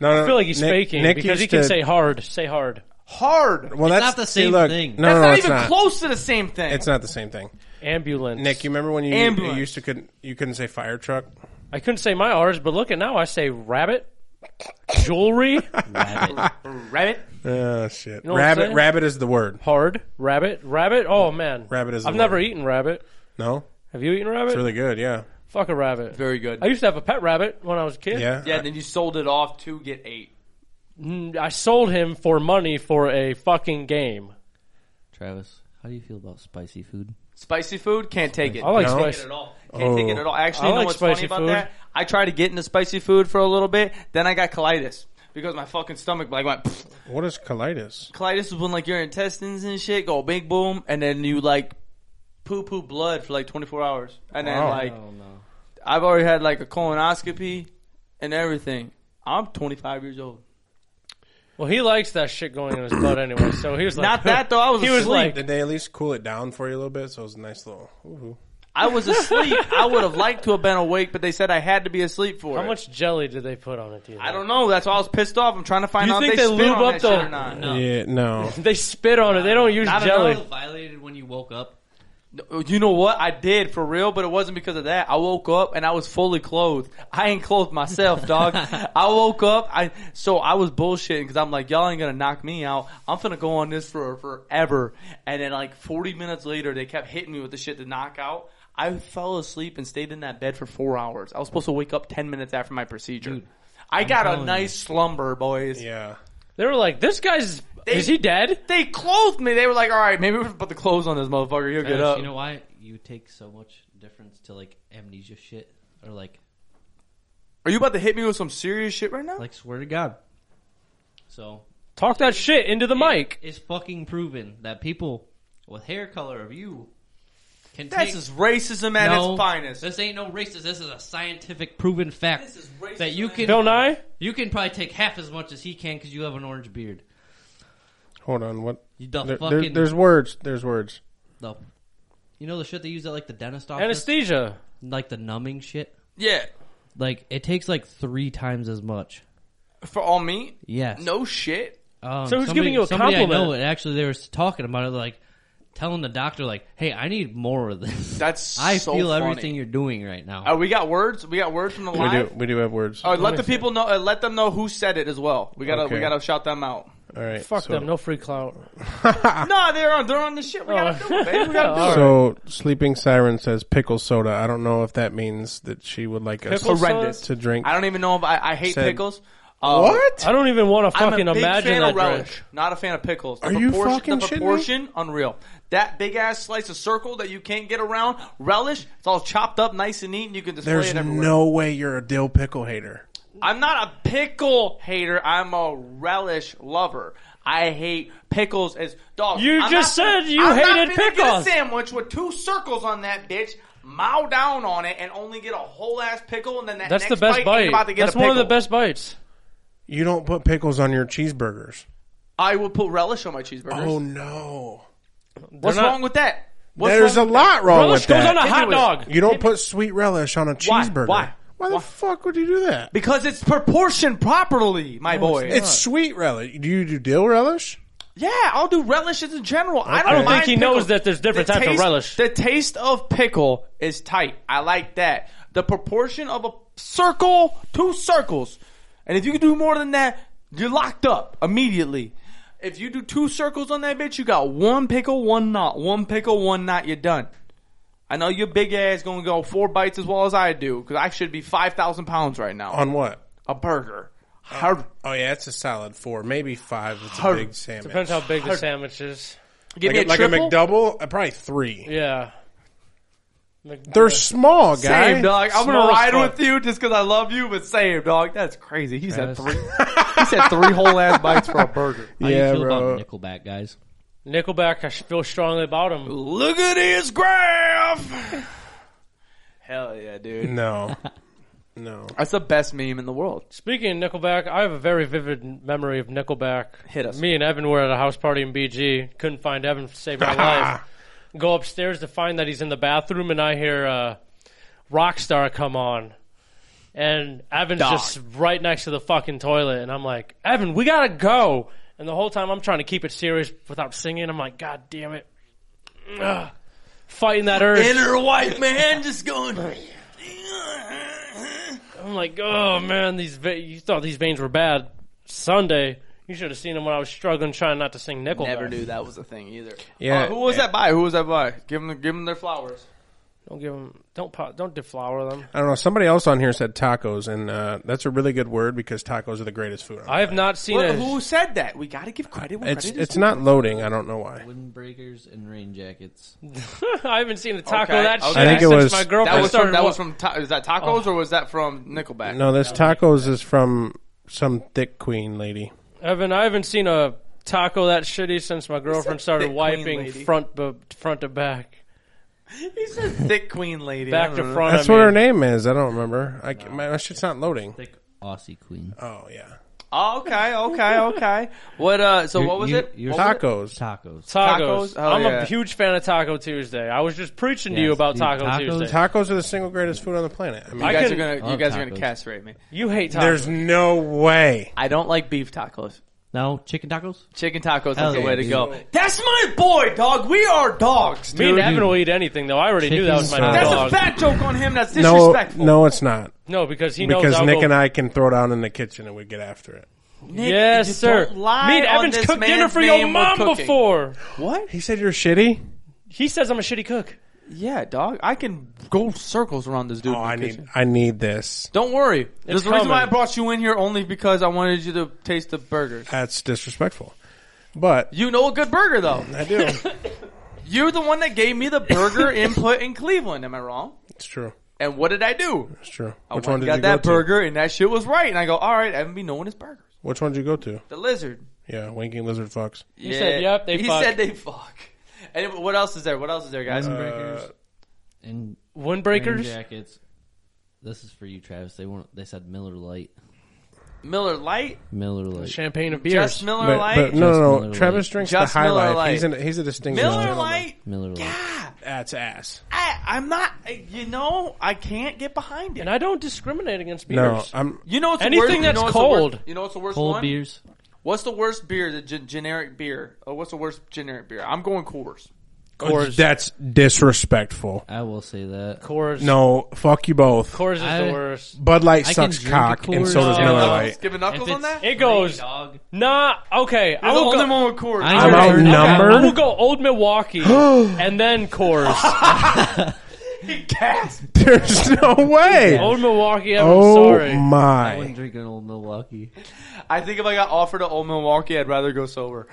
No, no, I feel like he's Nick, faking Nick because he used can to- say hard. Say hard. Hard. Well, that's not the see, same look, thing. No, That's no, no, not it's even not. close to the same thing. It's not the same thing. Ambulance. Nick, you remember when you, you Ambulance. used to couldn't you couldn't say fire truck? I couldn't say my R's, but look at now. I say rabbit, jewelry, Rabbit. rabbit. Oh shit! know what I'm rabbit. saying? Rabbit is the word. hard, rabbit, rabbit. Oh man, Rabbit is the I've never word. eaten rabbit. No, Have you eaten rabbit? it's really good. Yeah, Fuck a rabbit. Very good. I used to have a pet rabbit when I was a kid. yeah. yeah, then you sold it off to get eight. Mm, I sold him for money for a fucking game. Travis, how do you feel about spicy food? Spicy food can't take it. I like No. can't take it spicy. at all. Can't take it at all. Actually, I you know like what's spicy funny about food. that? I tried to get into spicy food for a little bit, then I got colitis because my fucking stomach like went. pfft. What is colitis? Colitis is when like your intestines and shit go big boom, and then you like poo poo blood for like 24 hours, and then Wow. like no. I've already had like a colonoscopy and everything. I'm 25 years old. Well, he likes that shit going in his blood anyway. So he was like, Not that though. I was He was asleep. like- Did they at least cool it down for you a little bit? So it was a nice little. Ooh. I was asleep. I would have liked to have been awake, but they said I had to be asleep for How it. much jelly did they put on it? Do you I think? don't know. That's why I was pissed off. I'm trying to find You out think if they, they spit lube on up that shit the- or not. No. Yeah, no. They spit on it. They don't use Not at jelly. all. Violated when you woke up. You know what? I did for real, but it wasn't because of that. I woke up and I was fully clothed. I ain't clothed myself, dog. I woke up. I so I was bullshitting because I'm like, y'all ain't gonna knock me out. I'm finna go on this for forever. And then like 40 minutes later, they kept hitting me with the shit to knock out. I fell asleep and stayed in that bed for four hours. I was supposed to wake up ten minutes after my procedure. I got telling a you. nice slumber, boys. Yeah. They were like, "This guy's They- is he dead?" They clothed me. They were like, "All right, maybe we should put the clothes on this motherfucker. He'll get Alex, up." You know why you take so much difference to like amnesia shit or like Are you about to hit me with some serious shit right now? like swear to God. So Talk that shit into the mic. it's fucking proven that people with hair color of you can this take is racism at no, its finest. This ain't no racist. This is a scientific proven fact This is racist that you and can Don't I? you can probably take half as much as he can because you have an orange beard. Hold on. What? You the There- there- fucking there's words. There's words. the, you know the shit they use at like the dentist office, Anesthesia. like the numbing shit. yeah, Like it takes like three times as much. for all me, Yes. no shit. Um, So who's somebody- giving you a somebody I know, compliment? and actually, they were talking about it, like telling the doctor, like, "Hey, I need more of this. That's I so feel funny. everything you're doing right now." Uh, we got words. We got words from the We live. do. We do have words. Uh, let the people know. Uh, let them know who said it as well. We gotta. We Okay. gotta shout them out. All right. Fuck so, them. No free clout. no, they're on. They're on the shit. We gotta Oh. do it, baby. We gotta do it. Ah. So sleeping siren says pickle soda. I don't know if that means that she would like us Pickle Horrendous. soda? to drink. I don't even know if I, I hate Said- pickles. Uh, I don't even want to I'm fucking a big imagine fan that. of relish. drink. Not a fan of pickles. The Are you proportion, fucking The shitting me? proportion, unreal. That big ass slice of circle that you can't get around. Relish. It's all chopped up, nice and neat, and you can display There's it everywhere. no way you're a dill pickle hater. I'm not a pickle hater. I'm a relish lover. I hate pickles as dog. You I'm just said not you I'm not hated finna Get a pickles. sandwich with two circles on that bitch. Mow down on it and only get a whole ass pickle, and then that That's the next best bite. bite. ain't About to get That's a one of the pickle. best bites. You don't put pickles on your cheeseburgers. I will put relish on my cheeseburgers. Oh no. What's They're not- wrong with that? What's There's a wrong with lot wrong Relish with goes that. on a hot Hit me with dog. you don't put sweet relish on a Why? cheeseburger. Why? Why the Why? fuck would you do that? Because it's proportioned properly, my boy. It's sweet relish. Do you do dill relish? yeah, I'll do relishes in general. I don't, I don't mind think he pickles. knows that there's different The types of taste- relish. The taste of pickle is tight. I like that. The proportion of a circle, two circles, and if you can do more than that, you're locked up immediately. If you do two circles on that bitch, you got one pickle, one knot, one pickle, one knot. You're done. I know your big ass gonna go four bites as well as I do because I should be five thousand pounds right now. On what? a burger. Hard. Oh yeah, it's a solid four, maybe five. It's a Hard. big sandwich. Depends how big the sandwich is. Give like, me a, a like a triple. McDouble, uh, probably three. Yeah. Mc- They're small, guy. Same dog. I'm Small gonna as ride fuck. with you just because I love you, but same dog. That's crazy. He said Yes. three. he said three whole ass bites for a burger. How do you Yeah, feel bro. about Nickelback guys? Nickelback, I sh- feel strongly about him. Look at his graph. Hell yeah, dude. No, no. That's the best meme in the world. Speaking of Nickelback, I have a very vivid memory of Nickelback. Hit us. Me and Evan were at a house party in BG. Couldn't find Evan to save my life. Go upstairs to find that he's in the bathroom, and I hear uh, Rockstar come on. And Evan's Dog. just right next to the fucking toilet, and I'm like, Evan, we gotta go. And the whole time I'm trying to keep it serious without singing. I'm like, God damn it. Ugh. Fighting that urge. Inner white man just going. I'm like, oh man, these ve- you thought these veins were bad. Sunday, you should have seen them when I was struggling trying not to sing Nickelback. Never knew that was a thing either. Yeah. Uh, who was that by? Who was that by? Give them, give them their flowers. Don't give them, don't po- don't deflower them. I don't know. Somebody else on here said tacos, and uh, that's a really good word because tacos are the greatest food. on I have not seen What, it. who said that? We got to give credit. When It's credit it's is not loading. I don't know why. Windbreakers and rain jackets. I haven't seen a taco Okay, that okay. shit I think it since was- my That girlfriend was started. from, that wa- was from ta- is that tacos or was that from Nickelback? No, this tacos is from some thick queen lady. Evan. I haven't seen a taco that shitty since my girlfriend started thick queen wiping lady? front bu- front to back, he said thick queen lady. back I to don't know. front. That's I what her mean. name is. I don't remember. I, my, my shit's not loading. Thick Aussie queen. Oh yeah, Oh, okay, okay, okay. What? Uh, so what was you- it? you're- What was it? tacos. Tacos. Tacos. Tacos? Oh, I'm yeah. a huge fan of Taco Tuesday. I was just preaching to Yes, you about dude, Taco tacos- Tuesday. Tacos are the single greatest food on the planet. I mean, You I guys can- are gonna, you love guys are gonna tacos. castrate me. you hate tacos. there's no way. I don't like beef tacos. No chicken tacos. Chicken tacos Hell is the yeah, way to dude. go. That's my boy, dog. We are dogs, Me dude. and Evan will eat anything though. I already knew that was my Chicken That's dog. a fat joke on him. That's No, disrespectful. no, it's not No, because he knows because I'll Nick go- and I can throw down in the kitchen and we get after it. Nick, Yes, you sir. Don't lie Me and on Evans this cooked man's dinner for name your with mom cooking. before. What? He said you're shitty. He says I'm a shitty cook. Yeah, dog. I can go circles around this dude. Oh, in the I kitchen. need I need this. Don't worry. There's a reason coming. why I brought you in here only because I wanted you to taste the burgers. That's disrespectful. But You know a good burger though. I do. You're the one that gave me the burger input in Cleveland. Am I wrong? it's true. And what did I do? It's true. I went Which one and did got you go Oh that to? burger, and that shit was right. And I go, all right, MB, no one is burgers. Which one did you go to? The lizard. Yeah, winking lizard fucks. He said, yep, they he fuck. said they fuck. And what else is there? What else is there, guys? Uh, And rain Windbreakers. jackets. This is for you, Travis. They weren't. They said Miller Light. Miller Light, Miller Light. Champagne of beers. just Miller but, Light, but no, Just no, Miller no. Lite. Travis drinks Just the high Miller life. Lite. He's, an, he's a distinguished Miller gentleman. Light. Miller Light. God, That's ass. I, I'm not. I- You know, I can't get behind it. And I don't discriminate against beers. No, I'm. you know, it's Anything that's you know what's cold. The worst, you know what's the worst Cold one? beers. What's the worst beer? The gen- generic beer. Oh, what's the worst generic beer? I'm going Coors. Coors. That's disrespectful. I will say that. Coors. No, fuck you both. Coors is I- the worst. Bud Light I can sucks drink a cock, and so Coors. does Yeah, Miller Coors. Lite. Giving If knuckles it's on that? It goes. Great, dog. Nah. Okay. I I'm the will only go, one with Coors. I- I'm I'll turn- outnumbered. I will go Old Milwaukee and then Coors. There's no way. Old Milwaukee. I'm Oh sorry. I wouldn't my! drink an old Milwaukee. I think if I got offered an old Milwaukee, I'd rather go sober.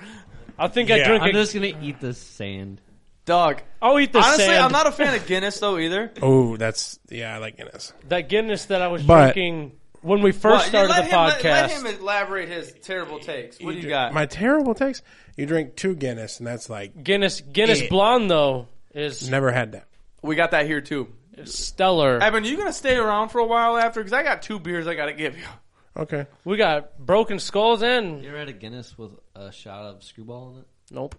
I think I Yeah. drink. I'm A, just gonna eat this sand. Dog. I'll eat the Honestly, sand. I'm not a fan of Guinness though either. Oh, that's yeah. I like Guinness. that Guinness that I was But- drinking when we But first Uh, you started the let him- podcast. let- Let, him elaborate his terrible takes. What do you dr- got? My terrible takes. You drink two Guinness, and that's like Guinness Guinness Yeah. Blonde though is never had that. we got that here too. stellar. Evan, you gonna stay around for a while after? Because I got two beers I gotta give you. Okay. We got broken skulls and You ever had a Guinness with a shot of screwball in it? nope.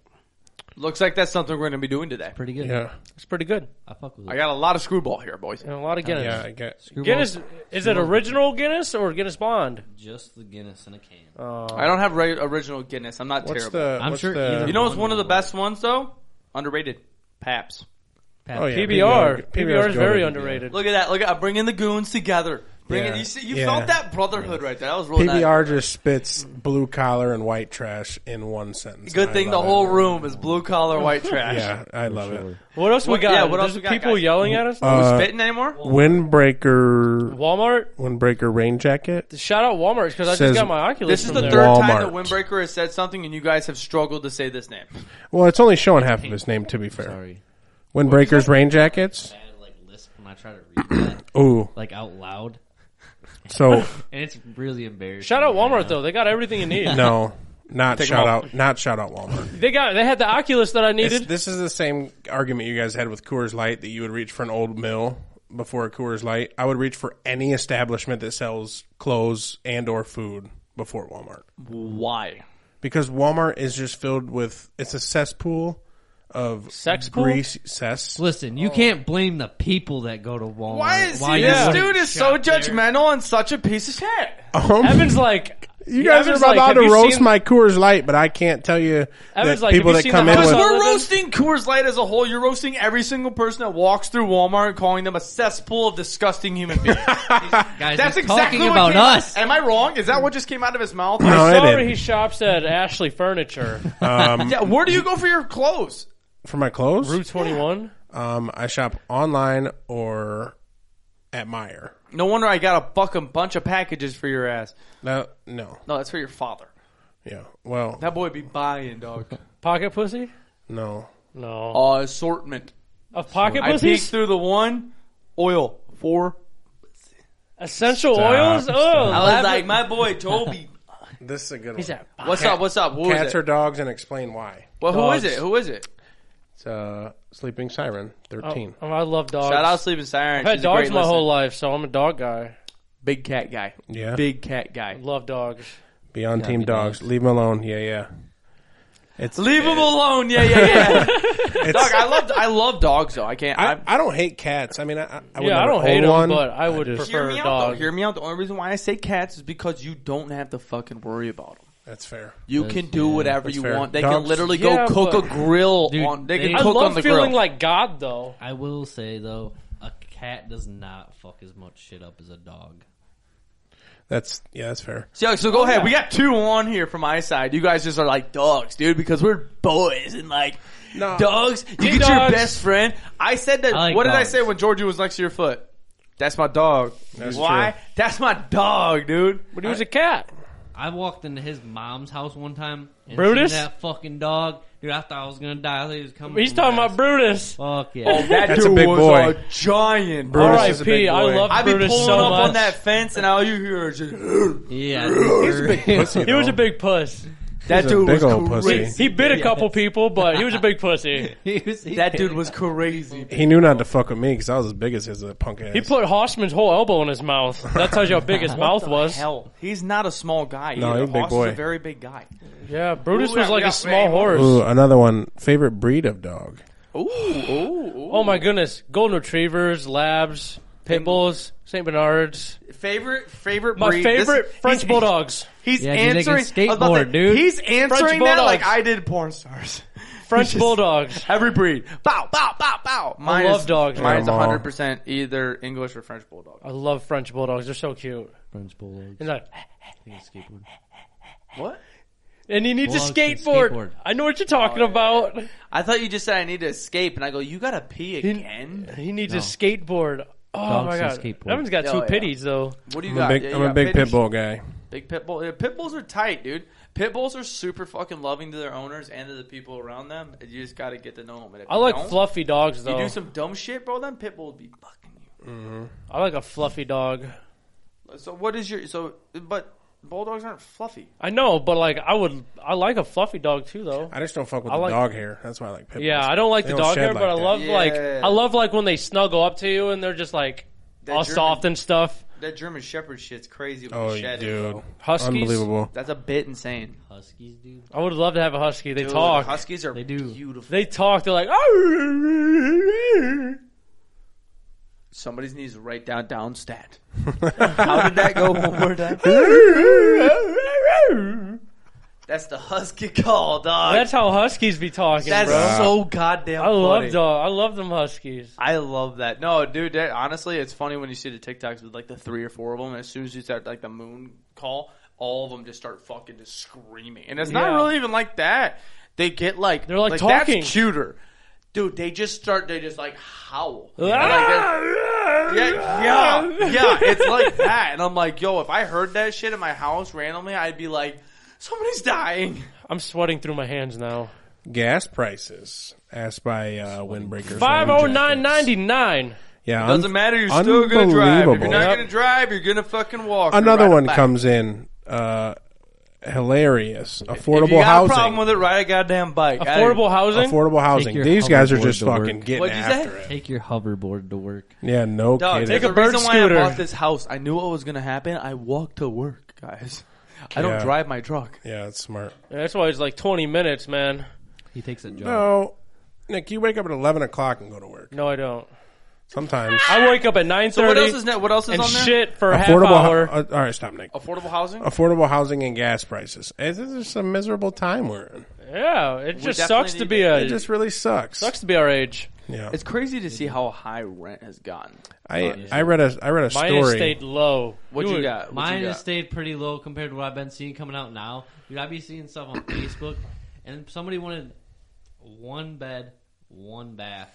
Looks like that's something we're gonna be doing today. Pretty good. Yeah. It's pretty good. I fuck with it. I got a lot of screwball here, boys. And a lot of Guinness. Yeah. I get. Screwball, Guinness is it original Guinness or Guinness Blonde? Just the Guinness in a can. Oh, I don't have re- original Guinness. I'm not What's terrible. the? I'm what's sure the? either- you know, what's one of the best ones though. Underrated. Paps. oh, yeah, PBR. PBR PBR's is very goated. underrated. Look at that. Look at bringing the goons together. Bringing Yeah. you. See, you Yeah. felt that brotherhood right there. That was really nice. PBR just spits blue collar and white trash in one sentence. Good I thing the love whole it. room is blue collar white trash. Yeah, I love it. What else we What- got? yeah, what There's else we got, people guys? yelling at us? Who's Uh, fitting anymore? Windbreaker, Walmart. windbreaker rain jacket. Shout out Walmart because I Says- just got my Oculus. This is from the there. third time that Walmart. Windbreaker has said something, and you guys have struggled to say this name. Well, it's only showing half of his name to be fair. Sorry. Windbreakers rain jackets. I had like lisp when I try to read that Ooh, like out loud, so and it's really embarrassing. Shout out right Walmart now. though. They got everything you need. no, not Take 'em all. shout out, not shout out Walmart. They got they had the Oculus that I It's- needed. this is the same argument you guys had with Coors Light that you would reach for an old mill before a Coors Light. I would reach for any establishment that sells clothes and or food before Walmart Why? because Walmart is just filled with it's a cesspool of Sex pool? grease cess. Listen, you can't blame the people that go to Oh. Walmart. Why is he, you this wouldn't dude is so shop there. judgmental and such a piece of shit? Um, Evan's like you guys are Evan's about like, have to you roast seen- my Coors Light, but I can't tell you Evan's that like, people have you seen that come the in hot with Because Well, we're then- roasting Coors Light as a whole. You're roasting every single person that walks through Walmart and calling them a cesspool of disgusting human beings. Guys, That's he's exactly talking what about came- us. Am I wrong? Is that what just came out of his mouth? No, it Sorry, didn't. he shops at Ashley Furniture. Yeah, where do you go for your clothes? for my clothes. Route Twenty One. Um, I shop online or at Meijer. No wonder I got a fucking bunch of packages for your ass. No, no, No, that's for your father. yeah. Well, That boy be buying, dog. Pocket pussy? no. No. uh, assortment. of pocket I peeked pussies? through the one oil four. Essential Stop, oils? stop. Oh, I was elaborate- like, my boy Toby. This is a good He's one. at What's up? What's up? Who is Cats it? or dogs and explain why. well, who is dogs. it? Who is it? It's uh, Sleeping Siren, 13. Oh, I love dogs. Shout out Sleeping Siren. I've had She's a dogs great my listener. whole life, so I'm a dog guy. Big cat guy. Yeah. Big cat guy. Love dogs. Be on Team be Dogs. Leave them alone. Yeah, yeah. It's Leave him alone. Yeah, yeah, yeah. Dog, I love I love dogs though. I can't. I, I, I don't hate cats. I mean, I, I, would Yeah, I never don't hate own them, one. but I would hear prefer me out though. dogs. Hear me out. The only reason why I say cats is because you don't have to fucking worry about them. That's fair. You That's- can do yeah. whatever you fair. want. They Dogs- can literally Yeah, go cook but- a grill Dude, on. They can they- I cook on love the feeling grill. like God, though. I will say though, a cat does not fuck as much shit up as a dog. That's yeah, that's fair. So, so Oh, go ahead. We got two on here from my side. You guys just are like dogs, dude, because we're boys and like No. dogs. You get your dogs. best friend. I said that. I like what did I dogs. say when Georgia was next to your foot? That's my dog. That's Why? true. That's my dog, dude. But he was a cat. I walked into his mom's house one time. And Brutus? seen that fucking dog, dude. I thought I was gonna die. I thought he was coming. He's from talking about last- Brutus. Fuck yeah. Oh, that That's a dude big was boy. a giant. Brutus bro. is a big R.I.P. I boy. love I'd be Brutus pulling so up much. on that fence, and all you hear is just, yeah. He's a big pussy. He was though. a big puss. that He's a dude big was old crazy. pussy. He bit a couple people, but he was a big pussy. He was- he- That dude was crazy. He knew not to fuck with me because I was as big as his uh, punk ass. He put Hossman's whole elbow in his mouth. That tells you how big his mouth was. Hell, he's not a small guy. No, either. he's a big Hoss boy. Is a very big guy. Yeah, Brutus Ooh, was yeah, like yeah, a small man. horse. Ooh, another one. Favorite breed of dog? Ooh, ooh, ooh. Oh my goodness, golden retrievers, labs, pit bulls, Saint Bernards. favorite favorite My breed. This- favorite French he's- bulldogs. He's Yeah, dude, they can answering. I was about to- skateboard, dude. He's answering that bulldogs. like I did porn stars. French He's just- bulldogs. Every breed. Bow, bow, bow, bow. Mine love is, dogs, man. Mine's Them all. 100% either English or French bulldog. I love French bulldogs. They're so cute. French bulldogs. And, like, They can skateboard. What? and he needs a Bulldogs can skateboard. skateboard. I know what you're Oh, talking about. I thought you just said I need to escape, and I go, you gotta pee again? He needs a skateboard. Oh my god, Dogs can skateboard. Evan's got two Oh, yeah. pitties though. What do you I'm got? a big, Yeah, you I'm a got big pitties. pit bull guy. Big pit bull. Yeah, pit bulls are tight, dude. Pit bulls are super fucking loving to their owners and to the people around them. You just gotta get to know them. And if I you like don't, fluffy dogs You though. do some dumb shit, bro. Then pit bull would be fucking you. I like a fluffy dog. So what is your so? But bulldogs aren't fluffy. I know, but like I would, I like a fluffy dog too though. I just don't fuck with I the like- dog hair. That's why I like pit bulls. Yeah, I don't like They the don't dog shed hair, but I like that. love like Yeah. I love like when they snuggle up to you and they're just like That all German- soft and stuff. That German Shepherd shit's crazy. With Oh, the shedding, dude, bro. Huskies. unbelievable. that's a bit insane. Huskies, dude. I would love to have a husky. They Dude, talk. Huskies are They do. beautiful. they talk. They're like, "Oh!" "Arr." Somebody needs to write down down stat. How did that go one more time? That's the husky call, dog. that's how huskies be talking, That's bro. so goddamn. I love funny. dog. I love them huskies. I love that. No, dude, that, honestly, it's funny when you see the TikToks with like the three or four of them. And as soon as you start like the moon call, all of them just start fucking just screaming. And it's not Yeah. really even like that. They get like They're, like, talking. That's cuter, dude. They just start. They just like howl. Ah! And, like, that- yeah, yeah, yeah. It's like that. And I'm like, yo, if I heard that shit in my house randomly, I'd be like, somebody's dying. I'm sweating through my hands now. Gas prices, asked by uh, Windbreaker. Five oh nine ninety nine. Yeah, un- Doesn't matter. You're still gonna drive. If you're unbelievable. not gonna drive, you're gonna fucking walk. or Another ride a one bike. comes in. Uh, hilarious. Affordable If you got housing. a problem with it, ride a goddamn bike. I- Affordable housing. affordable housing. your These guys are hoverboard just to work. fucking getting What'd you say? after it. Take your hoverboard to work. Yeah, no Dog, kidding. take a a bird reason why I scooter. bought this house. I knew what was gonna happen. I walked to work, guys. I don't Yeah. drive my truck. yeah, that's smart. That's why it's like twenty minutes, man. He takes a job. No, Nick, you wake up at eleven o'clock and go to work. No, I don't. Sometimes I wake up at nine Ah! So what thirty else is ne- what else is and on there? shit for a half affordable. hour. hou- uh, all right, stop, Nick. Affordable housing. Affordable housing and gas prices. Eh, This is a miserable time we're in. Yeah, it just definitely sucks to need be it. a It just really sucks. sucks to be our age. Yeah, It's crazy to see how high rent has gotten. I I read a I read a Mine has story. stayed low. What Dude, you got? What Mine you has got? stayed pretty low compared to what I've been seeing coming out now. Dude, I be seeing stuff on Facebook, and somebody wanted one bed, one bath,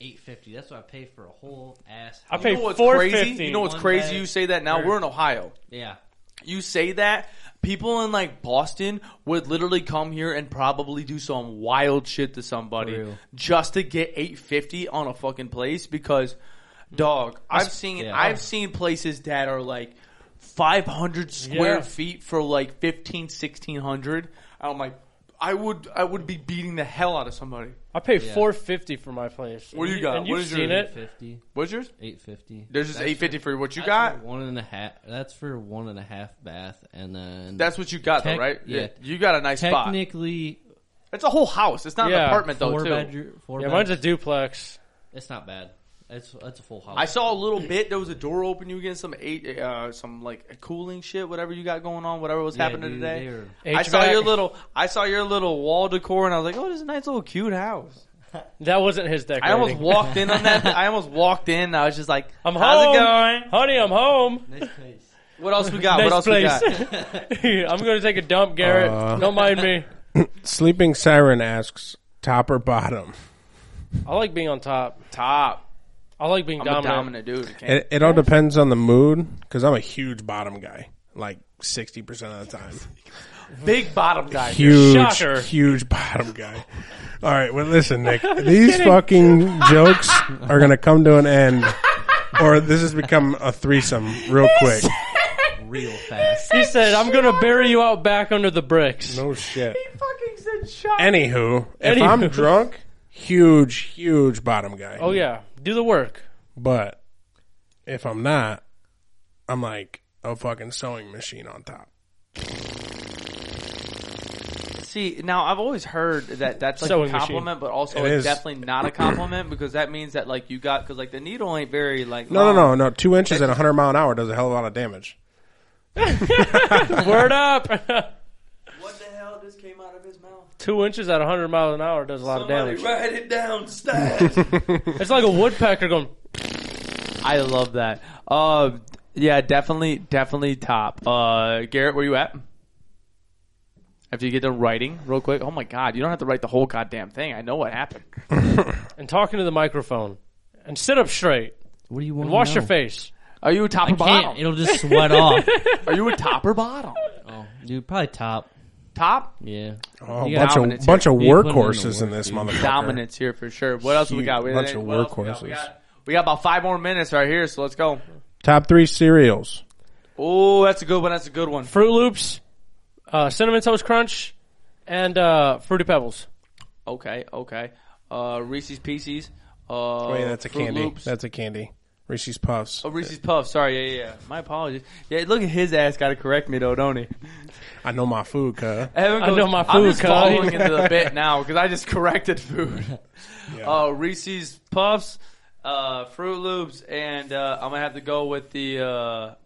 eight fifty. That's what I pay for a whole ass. I house. pay You know what's 450. crazy? You know what's One crazy? bag. You say that now. We're in Ohio. Yeah, You say that people in like Boston would literally come here and probably do some wild shit to For somebody real. just to get 850 on a fucking place because dog, I've seen yeah. I've seen places that are like 500 square Yeah. feet for like 15 1600. I'm like I would I would be beating the hell out of somebody. I pay 450 for my place. What do And you got? And What you've is seen your- it. 50, What's yours? 850. There's just That's 850 for what you that's got. for one and a half. That's for one and a half bath, and then That's what you got though, Tec- right? yeah. You got a nice spot. technically It's a whole house. It's not an Yeah, apartment though, four too. bedroom. Four Yeah, bed- mine's a duplex. It's not bad. It's it's a full house. I saw a little bit. There was a door open. You were getting some eight, uh, some like cooling shit, whatever you got going on, whatever was Yeah, happening dude, today. they were- I saw HVAC. your little, I saw your little wall decor, and I was like, "Oh, this is a nice little cute house." That wasn't his decorating. I almost walked in on that. I almost walked in. And I was just like, I'm "How's home. it going?" Honey, I'm home. Nice place. What else we got? Nice what else we place. got? I'm going to take a dump, Garrett. Uh. Don't mind me. Sleeping Siren asks, top or bottom? I like being on top. Top. I like being I'm dominant. a dominant dude. I can't- It, it all depends on the mood because I'm a huge bottom guy, like 60% of the time. Big bottom guy. Huge, Shocker. huge bottom guy. All right, well, listen, Nick, these fucking jokes are going to come to an end, or this has become a threesome real quick. real fast. He said, "I'm going to bury you out back under the bricks." No Oh, shit. fucking said shot. Anywho, if Anywho. I'm drunk, huge, huge bottom guy. Oh yeah, do the work. But if I'm not, I'm like a fucking sewing machine on top. See, now I've always heard that that's like Sewing a machine. compliment, but also It it's is. definitely not a compliment because that means that like you got because like the needle ain't very like No, no, long. no, no. Two inches at 100 mile an hour does a hell of a lot of damage. Word up. What the hell just came out of his mouth? Two inches at 100 miles an hour does a lot of damage. write it down, stat. It's like a woodpecker going. I love that. Uh, yeah, definitely, definitely top. Uh, Garrett, where you at? After you get done writing, real quick. Oh my God, you don't have to write the whole goddamn thing. I know what happened. Oh, and talking to the microphone and sit up straight What do you want? and to wash your know? face. Are you a top or Can't. bottom? It'll just sweat off. Are you a top or bottom? Oh, dude, probably top. Top Yeah. Oh, a got bunch dominance of, bunch of You put in the workhorses in work, this dude. motherfucker. dominance here for sure. What else we got? We, Bunch of what else we got? We workhorses. got, we got about five more minutes right here, so let's go. Top three cereals. Oh, that's a good one. That's a good one. Fruit Loops, uh, cinnamon toast crunch, and uh, fruity pebbles. Okay, okay. Uh, Reese's Pieces. Uh, Wait, Oh, that's a Froot candy. Loops. That's a candy. Reese's Puffs. Oh, Reese's Puffs. Sorry, yeah, yeah, yeah. My apologies. Yeah, look at his ass. Got to correct me though, don't he? I know my food, cuh. Evan I goes- know my I'm food, just cuz. following into the bit now because I just corrected food. Uh, Reese's Puffs, uh, Fruit Loops, and uh, I'm gonna have to go with the. Uh,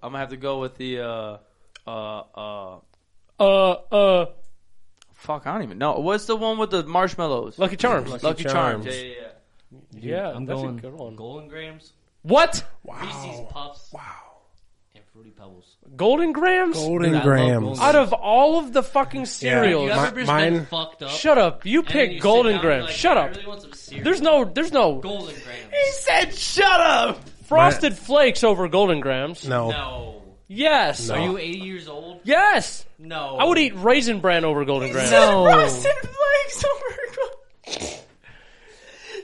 I'm gonna have to go with the. Uh, uh, uh, Uh, uh, fuck, I don't even know. What's the one with the marshmallows? Lucky Charms. Lucky Charms. Charms. Yeah, yeah, yeah. Dude, yeah, I'm that's going. a good one. Oh. Golden Grams, What? Reese's Wow. Puffs, Wow. and Fruity Pebbles. Golden grams? Golden Dude, I love grams. Golden Out of all of the fucking cereals. You My- ever just been mine- fucked up? Shut up. You and then you pick sit Golden down and you're grams. like, Shut "I up. really want some cereal." There's no, there's no Golden Grams. said, "Shut up." frosted flakes over Golden grams. No. No. Yes. No. Are you 80 years old? Yes. No. I would eat Raisin Bran over Golden grams. No. flakes over.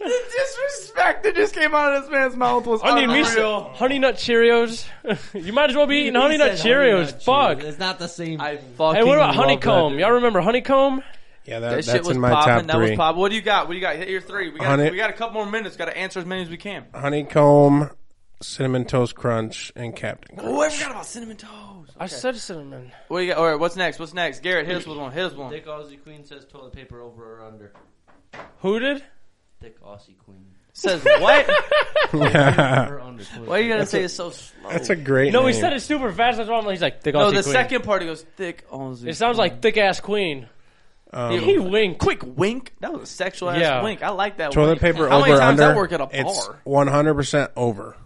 the disrespect that just came out of this man's mouth was Honey, me some- honey nut Cheerios. you might as well be eating honey nut Cheerios. Fuck. It's not the same. I thing. fucking Hey, what about love honeycomb? that. Y'all remember honeycomb? Yeah, that, That shit that's was in my popping. top That was three. popping. What do you got? What do you got? Hit your three. We got, Honey- we got a couple more minutes. Got to answer as many as we can. Honeycomb, Cinnamon Toast Crunch, and Captain Crunch. Oh, I forgot about cinnamon toast. I said cinnamon. What do you got? All right, what's next? What's next? Garrett, hit us with one. Hit us with one. Thick Aussie Queen says toilet paper over or under. Who did? Thick Aussie Queen. Says what? Or under. Toilet Why you paper. gotta say it so slow? That's a great No, name. he said it super fast. That's why I'm like, he's like thick No, Aussie the queen. second part it goes thick Aussie. It sounds like thick ass queen. He Um, winked. quick wink. That was a sexual ass Yeah. wink. I like that. toilet wink. paper How over many times under. I work at a It's bar. 100% over.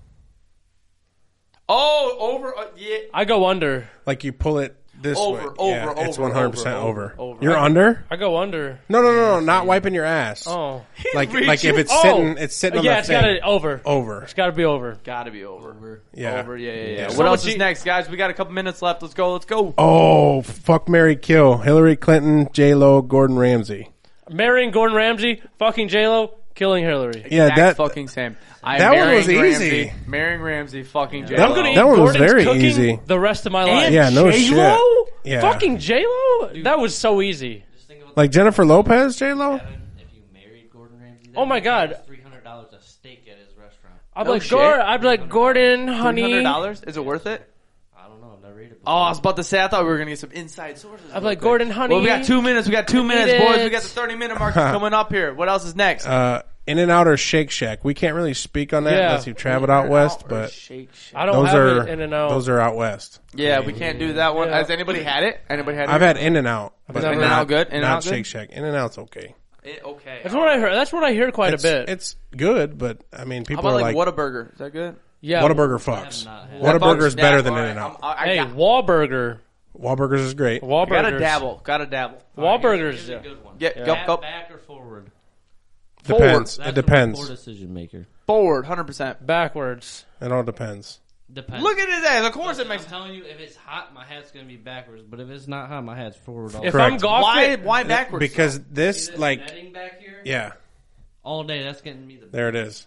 Oh, over. Uh, yeah. I go under. Like you pull it this Over, way. over, yeah, It's over, 100% over, over. over. You're under? I go under. No, no, no, no. Not wiping your ass. Oh, Like, like if it's Oh. sitting, it's sitting on yeah, the it's thing. got to over. over. It's got to be over. Gotta be over. Yeah. Over. Yeah, yeah, yeah. Yeah. What So else much is e- next, guys? We got a couple minutes left. Let's go. Let's go. Oh, fuck Mary Kill. Hillary Clinton, J Lo, Gordon Ramsay. Marrying Gordon Ramsay, fucking J Lo, killing Hillary. Yeah, Exact that fucking same. I am that one was marrying easy. Ramsey, marrying Ramsey, fucking J That- I'm gonna eat that one was Gordon's very cooking easy. The rest of my life. Yeah, no J-Lo? shit. Yeah. Fucking J Lo. That was so easy. Just think about like Jennifer Lopez, J Lo. that. If you married Gordon Ramsay, Oh my God. three hundred dollars a steak at his restaurant. I'd be No like, shit. Gor- I'd be like, Gordon, honey. Hundred I'd dollars? Is it worth it? I don't know. I've never ate it. Oh, Before. I was about to say. I thought we were gonna get some inside sources. be real like, quick. Gordon, honey. Well, we got two minutes. We got two minutes, it. boys. We got the thirty-minute mark coming up here. What else is next? Uh, In and Out or Shake Shack. We can't really speak on that Yeah. unless you've traveled out west, Or but Shake Shack. I don't those have are it in and out. those are out west. Yeah, we can't do that one. Yeah. Has anybody had it? Anybody had it? I've had In and Out, but never- not- In-N-Out good? In-N-Out not good? Shake Shack. In and Out's okay. it. Okay. that's what I heard. That's what I hear quite It's, a bit. it's good, but I mean, How people about are like, like, Whataburger? Is that good? Yeah. Whataburger I have fucks. not had. That Whataburger bugs- is better yeah, than all In right, and Out. I'm- I, I Hey, got- Wahlburger. Wahlburgers is great. Wahlburgers. gotta dabble. Gotta dabble. Wahlburgers. Here's a yeah. good one. Yeah, Back- go- go. Back or forward? Depends. That's It a depends. poor decision maker. Forward, hundred percent. Backwards. It all depends. Depends. Look at his ass. Of course it I'm makes. telling you, if it's hot, my hat's gonna be backwards. But if it's not hot, my hat's forward. All If day. Correct. I'm golfing, Why? Why backwards? Because See this, this like, netting back here, yeah, all day. That's getting me the. there it is.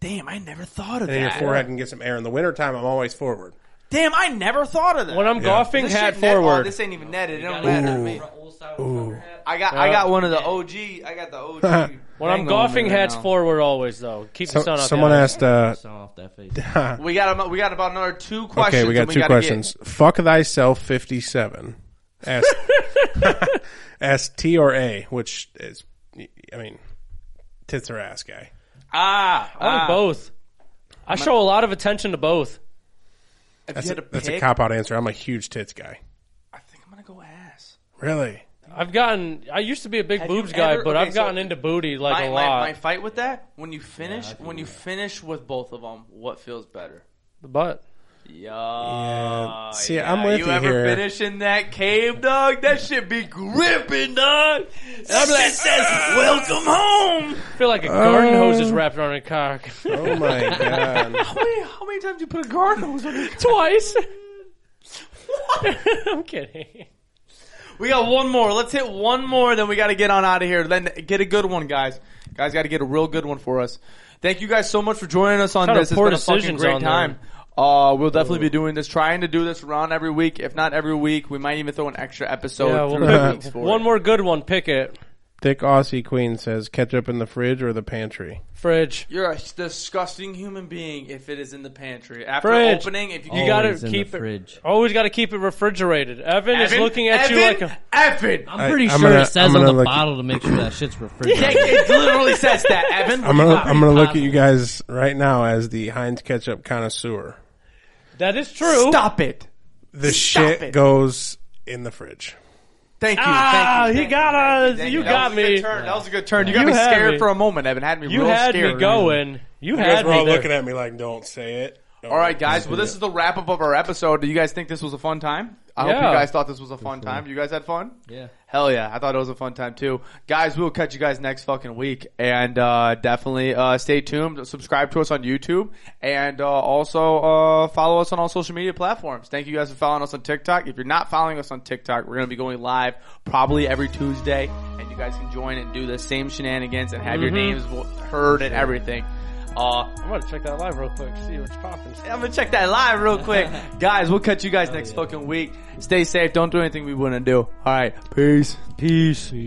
damn, I never thought of And then your that. forehead can get some air. In the wintertime, I'm always forward. Damn, I never thought of that. when I'm Yeah. golfing, This hat shit net- oh, forward. this ain't even netted. It You don't gotta matter to go me. for old style with cover hat. I got I Uh, Yeah. got one of the OG. I got the OG. when I'm dangling golfing, right hats now. forward always though. Keep So, the sun out. someone the eyes. asked, uh, Sun off that face. We got a- we got about another two questions. okay, we got and two gotta questions. Fuck thyself 57. Ask, ask T or A, which is, I mean, tits or ass guy. Get, ah, I like ah. both. I show a lot of attention to both. If That's, you a, had to that's a pick, cop out answer. I'm a huge tits guy. I think I'm gonna go ass. Really? I've gotten. I used to be a big Have you boobs guy, ever- but okay, I've so gotten into booty like my, a my- lot. my fight with that when you finish when you finish with both of them, what feels better? the butt. Yeah. See, I'm with you. you ever here. finish in that cave, dog? That shit be gripping, dog. And I'm like, says, welcome home. I feel like a garden hose is wrapped around a cock. Oh my god. How many, how many times you put a garden hose on your Twice. I'm kidding. We got one more. Let's hit one more, then we got to get on out of here. Then get a good one, guys. Guys, got to get a real good one for us. Thank you guys so much for joining us on Ton of this. It's poor been a fucking decisions great on there. time. Uh, we'll definitely be doing this, trying to do this around every week. If not every week, we might even throw an extra episode. Yeah, we'll through the pick weeks for One it. more good one. Pick it. Dick Aussie Queen says ketchup in the fridge or the pantry. Fridge. You're a disgusting human being if it is in the pantry. After Fridge. opening, if you, You Always gotta in the keep it. fridge. Always gotta keep it refrigerated. Evan, is Evan, looking at you like Evan, a. Evan. I'm pretty I- I'm sure gonna- it says I'm on gonna the look- bottle to make sure that shit's Yeah, refrigerated. it literally says that, Evan. I'm gonna I'm gonna look at you guys right now as the Heinz ketchup connoisseur. That is true. Stop it. The Stop shit it. goes in the fridge. Thank you. Ah, thank you, he thank got us. Thank You That got was a good me. turn. That was a good turn. You got You me had scared me. for a moment, Evan. Had me You real had scared. me going. You, You guys had were me all there. looking at me like, "Don't say it." All right, guys. Well, this is the wrap up of our episode. Do you guys think this was a fun time? I hope Yeah. you guys thought this was a fun time. You guys had fun? Yeah. Hell yeah. I thought it was a fun time too. Guys, we will catch you guys next fucking week. And uh, definitely uh, stay tuned. Subscribe to us on YouTube. And uh, also uh, follow us on all social media platforms. Thank you guys for following us on TikTok. If you're not following us on TikTok, we're going to be going live probably every Tuesday. And you guys can join and do the same shenanigans and have your names vo- heard and everything. Uh, I'm gonna check that live real quick. See what's popping. I'm gonna check that live real quick. guys, we'll catch you guys next fucking week. Stay safe. Don't do anything we wouldn't do. All right. Peace. Peace.